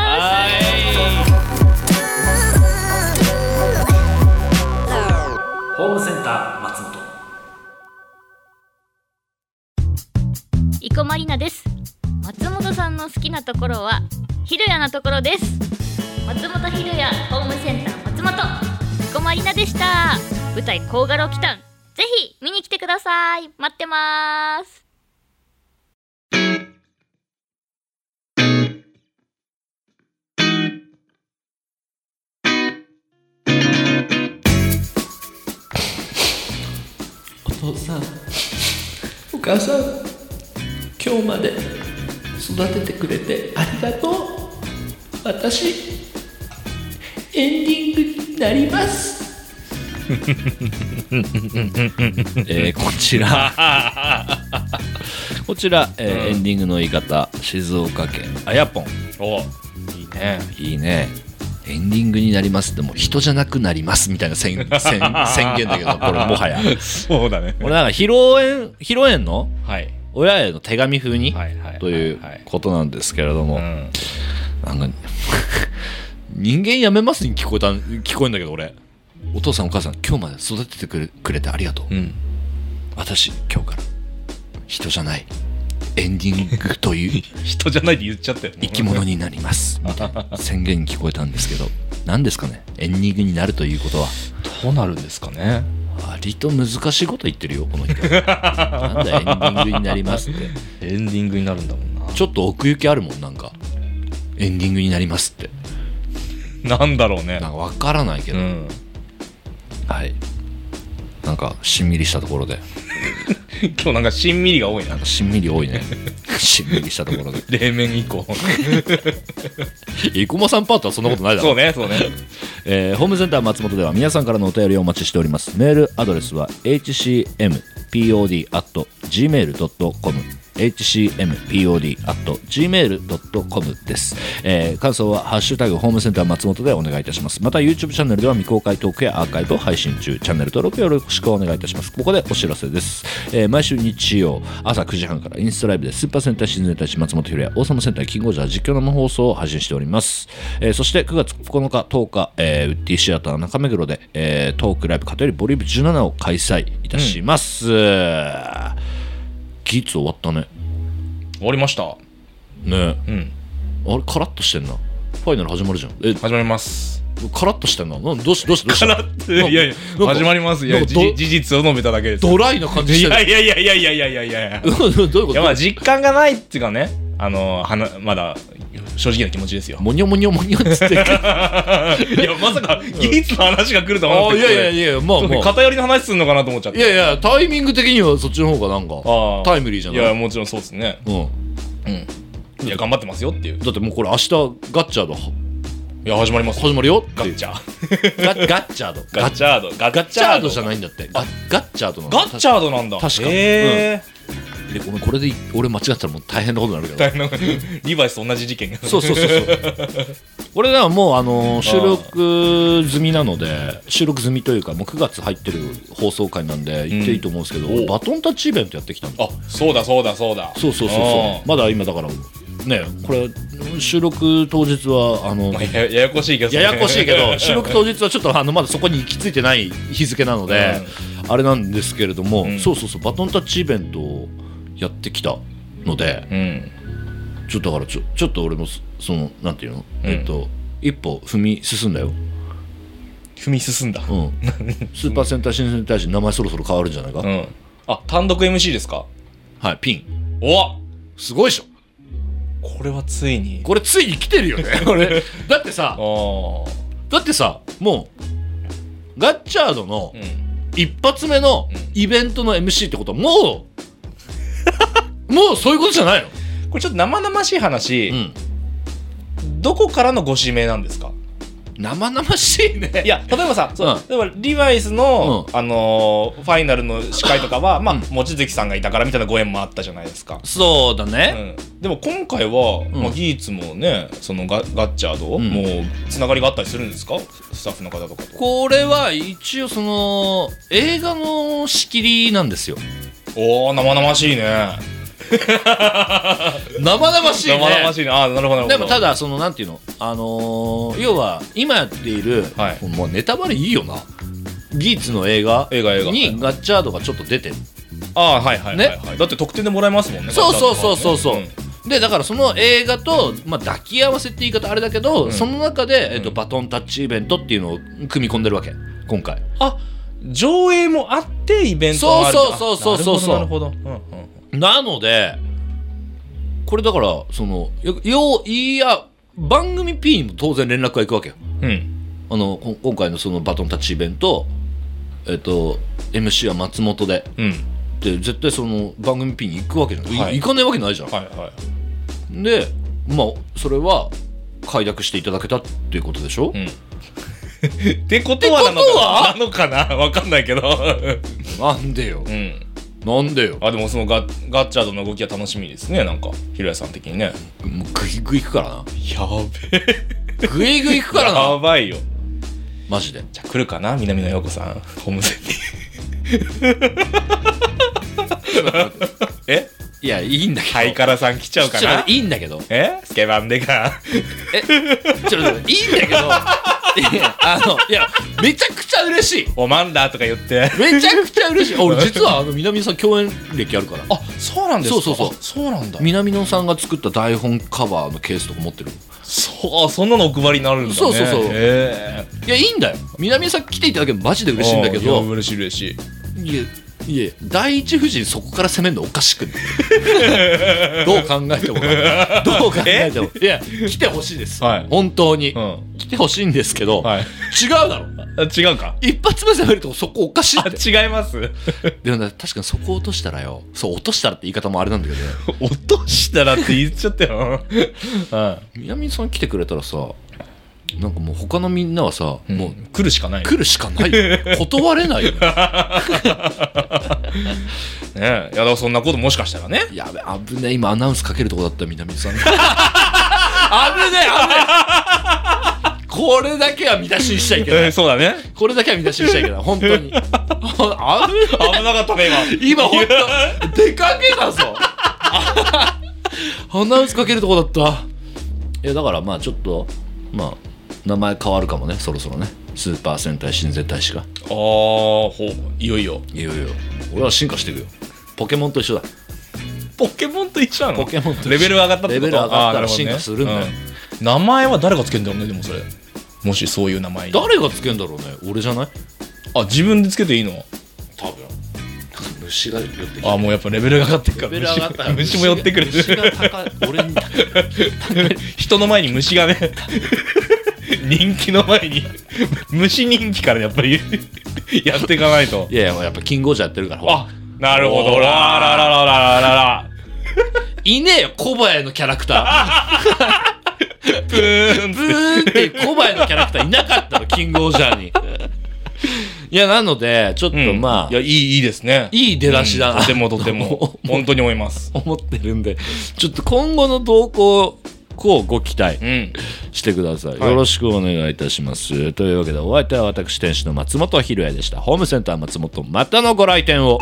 Speaker 1: ホームセンター松本
Speaker 5: 生駒里奈です松本さんの好きなところはひろやなところです松本ひろやホームセンター松本生駒里奈でした舞台甲賀ロキタンぜひ見に来てください待ってます
Speaker 7: お父さんお母さん今日まで育ててくれてありがとう私エンディングになります
Speaker 8: [LAUGHS] えーこちら [LAUGHS] こちら、えーエンディングの言い方静岡県あやぽん
Speaker 2: あ。おいいね。
Speaker 8: いいねエンディングになりますでも人じゃなくなりますみたいな宣
Speaker 7: [LAUGHS]
Speaker 8: 宣宣言だけどこれもはや
Speaker 2: [LAUGHS] そうだね。
Speaker 8: 俺なんか披露宴披露宴の
Speaker 2: はい。
Speaker 8: 親への手紙風に、
Speaker 2: はいはい
Speaker 8: という
Speaker 2: はいはい
Speaker 8: ことなんですけれども、
Speaker 2: うん。
Speaker 8: なんか人間やめますに聞こえた聞こえんだけど俺お父さんお母さん今日まで育ててくれくれてありがとう、
Speaker 2: うん。
Speaker 8: 私今日から人じゃない
Speaker 1: エンディングという
Speaker 2: [LAUGHS] 人じゃないで言っちゃったよ
Speaker 1: 生き物になりますみたいな宣言に聞こえたんですけど何ですかねエンディングになるということは
Speaker 2: どうなるんですかね
Speaker 1: 割と難しいこと言ってるよこの人なんだエンディングになりますって
Speaker 2: エンディングになるんだもんな
Speaker 1: ちょっと奥行きあるもんなんかエンディングになりますって
Speaker 2: なんだろうね
Speaker 1: なんか分からないけ
Speaker 2: う
Speaker 1: ど、
Speaker 2: ん [LAUGHS]
Speaker 1: はいなんかしんみりしたところで
Speaker 2: 今日なんかしんみりが多い
Speaker 1: な
Speaker 2: なん
Speaker 1: かしんみり多い
Speaker 2: [LAUGHS]
Speaker 1: ねしんみりしたところで
Speaker 2: 冷麺以 [LAUGHS] 降
Speaker 1: 生駒さんパートはそんなことないだろ
Speaker 2: そうねそうね
Speaker 1: えーホームセンター松本では皆さんからのお便りをお待ちしておりますメールアドレスは hcmpod.gmail.com hcmpod.gmail.com です、えー感想は「ハッシュタグホームセンター松本」でお願いいたしますまた YouTube チャンネルでは未公開トークやアーカイブを配信中チャンネル登録よろしくお願いいたしますここでお知らせです、えー毎週日曜朝9時半からインスタライブでスーパーセンターシーズンたち松本ひろや王様センターキングオージャー実況生放送を配信しております、えーそして9月9日10日、えーウッディシアター中目黒で、えートークライブ偏りボリューム17を開催いたします、ギーツ終わったね
Speaker 2: 終わりました
Speaker 1: ね
Speaker 2: うん
Speaker 1: えあれカラッとしてんなファイナル始まるじゃんえ
Speaker 2: 始まります
Speaker 1: カラッとしてんななんどうしどうしどうした
Speaker 2: からっていやいや
Speaker 1: なんか
Speaker 2: 始まりますいや
Speaker 1: なん
Speaker 2: じ
Speaker 1: かど
Speaker 2: 事実を述べただけです
Speaker 1: ドライな感じ
Speaker 2: い
Speaker 1: して
Speaker 2: や
Speaker 1: る
Speaker 2: いやいやいやいやいやいやいや
Speaker 1: [LAUGHS] どういうこ
Speaker 2: いやま
Speaker 1: と
Speaker 2: あ実感がないっていうかねあのはなまだ正直な気持ちです [LAUGHS] よ
Speaker 1: モニョモニョモニョっつって
Speaker 2: いやまさかギーツの話が来るとは
Speaker 1: ああ
Speaker 2: 思わないかった
Speaker 1: やいやいやまあ
Speaker 2: そう
Speaker 1: ま
Speaker 2: ね
Speaker 1: あ
Speaker 2: 偏りの話するのかなと思っちゃ
Speaker 1: い
Speaker 2: った
Speaker 1: やいやタイミング的にはそっちの方がなんか
Speaker 2: ああ
Speaker 1: タイムリーじゃ
Speaker 2: い
Speaker 1: ない
Speaker 2: やもちろんそうですね
Speaker 1: うん、
Speaker 2: いや頑張ってますよっていう
Speaker 1: だってもうこれ明日ガッチャード
Speaker 2: いや始まります
Speaker 1: 始まるよ
Speaker 2: ガッチャー
Speaker 1: ガッガッチャード
Speaker 2: ガッチャードガ
Speaker 1: ガッチャードじゃ
Speaker 2: ない
Speaker 1: ないんだってガッガッチャードなの
Speaker 2: ガッチャードなんだ
Speaker 1: 確か
Speaker 2: へ
Speaker 1: でごめんこれで俺間違ったらもう大変なことになるけど
Speaker 2: ー大変なリヴァイスと同じ事件が
Speaker 1: そうそうそうそう俺らはもうあのー収録済みなので収録済みというかもう9月入ってる放送回なんで言っていいと思うんですけど、俺バトンタッチイベントやってきたんだ
Speaker 2: あそうだそうだそうだ
Speaker 1: そうそうそうそうまだ今だからねこれ収録当日はあの
Speaker 2: うんやややこしいけど
Speaker 1: ややこしいけ
Speaker 2: [LAUGHS]
Speaker 1: ど収録当日はちょっとあのまだそこに行き着いてない日付なので、あれなんですけれども、
Speaker 2: ん
Speaker 1: そうそうそうバトンタッチイベントをやってきたので
Speaker 2: うん
Speaker 1: ちょっとだからちょちょっと俺もそそのなんていうの、
Speaker 2: ん
Speaker 1: えっと一歩踏み進んだよ、
Speaker 2: 踏み進んだ
Speaker 1: うん、スーパーセンター新鮮に対して名前そろそろ変わるんじゃないか、
Speaker 2: うんあ単独 MC ですか
Speaker 1: はいピン
Speaker 2: お
Speaker 1: すごいでしょ
Speaker 2: これはついに
Speaker 1: これついに来てるよね
Speaker 2: [LAUGHS]
Speaker 1: 俺だって
Speaker 2: あ
Speaker 1: さ
Speaker 2: ー
Speaker 1: だってさもうガッチャードの
Speaker 2: うん
Speaker 1: 一発目のイベントの MC ってことはも
Speaker 2: [LAUGHS]
Speaker 1: うもうそういうことじゃないの、
Speaker 2: これちょっと生々しい話、
Speaker 1: うん、
Speaker 2: どこからのご指名なんですか
Speaker 1: 生々しいね
Speaker 2: [LAUGHS] いや例えばさ、そう
Speaker 1: うん
Speaker 2: 例えばリヴァイスの、
Speaker 1: う
Speaker 2: あのーファイナルの司会とかは、まあ
Speaker 1: うん
Speaker 2: 望月さんがいたからみたいなご縁もあったじゃないで
Speaker 1: [LAUGHS]
Speaker 2: すか。
Speaker 1: そうだ
Speaker 2: う
Speaker 1: ね、
Speaker 2: ん、でも今回は、
Speaker 1: ん
Speaker 2: まあ、ギーツもねそのガガッチャード、
Speaker 1: ん
Speaker 2: もうつながりがあったりするんですかスタッフの方とかと。
Speaker 1: これは一応その映画の仕切りなんですよ
Speaker 2: おー生々しいね。
Speaker 1: 生々しいね
Speaker 2: 生々しいね。あーなるほどなるほど。
Speaker 1: でもた
Speaker 2: だ
Speaker 1: だそのなんていうのあのー要は今やっている、
Speaker 2: はい
Speaker 1: もうネタバレいいよなギーツの映画
Speaker 2: 映画映画
Speaker 1: にガッチャードがちょっと出てる
Speaker 2: あーはいはいはい、はい
Speaker 1: ね
Speaker 2: だって得点でもらえますもんね。
Speaker 1: そうそうそう
Speaker 2: ガッチ
Speaker 1: そう
Speaker 2: ャード
Speaker 1: そう、
Speaker 2: とかね
Speaker 1: でだからその映画と、まあ、抱き合わせって言い方あれだけど、
Speaker 2: ん
Speaker 1: その中で、えっと
Speaker 2: うん
Speaker 1: バトンタッチイベントっていうのを組み込んでるわけ今回
Speaker 2: うん上映もあってイベントもある
Speaker 1: そうそうそうそうそう
Speaker 2: あなるほどなるほど。うんうん
Speaker 1: なのでこれだからそのよよういや番組 P にも当然連絡がいくわけよ
Speaker 2: うん
Speaker 1: あのこ今回のそのバトンタッチイベントえっと MC は松本で
Speaker 2: うん
Speaker 1: で絶対その番組 P に行くわけじゃん、い
Speaker 2: はい
Speaker 1: 行かないわけないじゃん、
Speaker 2: はいはい。
Speaker 1: でまあそれは快諾していただけたっていうことでしょ、
Speaker 2: ってことはなの
Speaker 1: ってこと
Speaker 2: か
Speaker 1: は
Speaker 2: なのかな [LAUGHS] わかんないけど。
Speaker 1: なんでよ
Speaker 2: うん。
Speaker 1: なんでよ
Speaker 2: あ、でもそのガッガッチャードの動きは楽しみですね、なんか、ひろやさん的にね。
Speaker 1: もうグイグイ行くからな
Speaker 2: やべえ。
Speaker 1: グイグイ行くから
Speaker 2: や
Speaker 1: な
Speaker 2: ばいよ。
Speaker 1: マジで
Speaker 2: じゃあ来るかな南野陽子さん。ホームセンター。 [LAUGHS] え
Speaker 1: いやいいんだけど
Speaker 2: ハイカラさん来ちゃうか
Speaker 1: ちょっ
Speaker 2: な
Speaker 1: といいんだけど
Speaker 2: えスケバンデカ。
Speaker 1: ちょっといいんだけどいやあのいやめちゃくちゃ嬉しい
Speaker 2: おまんだとか言って
Speaker 1: めちゃくちゃ [LAUGHS] 嬉しい俺実はあの南さん共演歴あるから
Speaker 2: あそうなんですか
Speaker 1: そうそうそう
Speaker 2: あそうなんだ
Speaker 1: 南野さんが作った台本カバーのケースとか持ってる
Speaker 2: そうあそんなのお配りになるんだね
Speaker 1: そうそうそう
Speaker 2: へえ
Speaker 1: いやいいんだよ南野さん来ていただけばマジで嬉しいんだけ
Speaker 2: あいや
Speaker 1: ど
Speaker 2: 嬉しい嬉しい
Speaker 1: いやいや第一夫人そこから攻めるのおかしくない
Speaker 2: [LAUGHS]
Speaker 1: どう考えてもどう考えてもいや来てほしいです、
Speaker 2: はい
Speaker 1: 本当に、
Speaker 2: うん
Speaker 1: 来てほしいんですけど、
Speaker 2: はい
Speaker 1: 違うだろ
Speaker 2: あ違うか
Speaker 1: 一発目攻めるとこそこおかしいっ
Speaker 2: あ
Speaker 1: て
Speaker 2: 違います
Speaker 1: でもね確かにそこ落としたらよそう落としたらって言い方もあれなんだけどね
Speaker 2: 落としたらって言っちゃったよ [LAUGHS] は
Speaker 1: 南さん来てくれたらさなんかもう他のみんなはさ、
Speaker 2: い
Speaker 1: も
Speaker 2: も
Speaker 1: う
Speaker 2: う来るしかない
Speaker 1: 来るしかないよ断れないよね
Speaker 2: ねえいやだからそんなこともしかしたらね
Speaker 1: やべ危ねえ今アナウンスかけるとこだった南さん危ねえ危ねえこれだけは見出しにしちゃいけな
Speaker 2: えー
Speaker 1: い
Speaker 2: そうだね
Speaker 1: これだけは見出しにしちゃいけない本当にほんあ
Speaker 2: 危なかったね
Speaker 1: 今本当出かけたぞアナウンスかけるとこだったいやだからまあちょっとまあ名前変わるかもねそろそろねスーパー戦隊親善大使が
Speaker 2: 今ああほういよいよ
Speaker 1: いやいや俺は進化していくよポケモンと一緒だ
Speaker 2: ポケモンと一緒なの
Speaker 1: ポケモンと一緒
Speaker 2: レベル上がったってこと
Speaker 1: レベル上がったら
Speaker 2: あーなほどね
Speaker 1: 進化するんだよ
Speaker 2: うん名前は誰がつけんだろうねでもそれもしそういう名前に
Speaker 1: 誰がつけんだろうね俺じゃない
Speaker 2: あ自分でつけていいの
Speaker 1: 多分虫が寄ってきた
Speaker 2: あもうやっぱレベルが上がってくから
Speaker 1: レベル上がったら
Speaker 2: 虫虫も寄ってくる
Speaker 1: [LAUGHS] 虫が高い [LAUGHS] 俺に高い
Speaker 2: [LAUGHS] 人の前に虫がね [LAUGHS] 人気の前に虫人気からやっぱり [LAUGHS] やっていかないと
Speaker 1: いやいややっぱキングオージャーやってるからほら
Speaker 2: あなるほどららららららら
Speaker 1: いねえよコバエのキャラクタ
Speaker 2: プーン
Speaker 1: ー [LAUGHS] ブーンっていうコバエのキャラクターいなかったのキングオージャー [LAUGHS] にいやなのでちょっと
Speaker 2: うん
Speaker 1: まあ、
Speaker 2: いやいいいいですね
Speaker 1: いい出だしだ
Speaker 2: うん
Speaker 1: な
Speaker 2: とてもとても本当に思います
Speaker 1: [LAUGHS] 思ってるんでちょっと今後の動向をご期待
Speaker 2: うん
Speaker 1: してください、
Speaker 2: はい
Speaker 1: よろしくお願いいたしますというわけでお相手は私店主の松本ひろやでしたホームセンター松本またのご来店を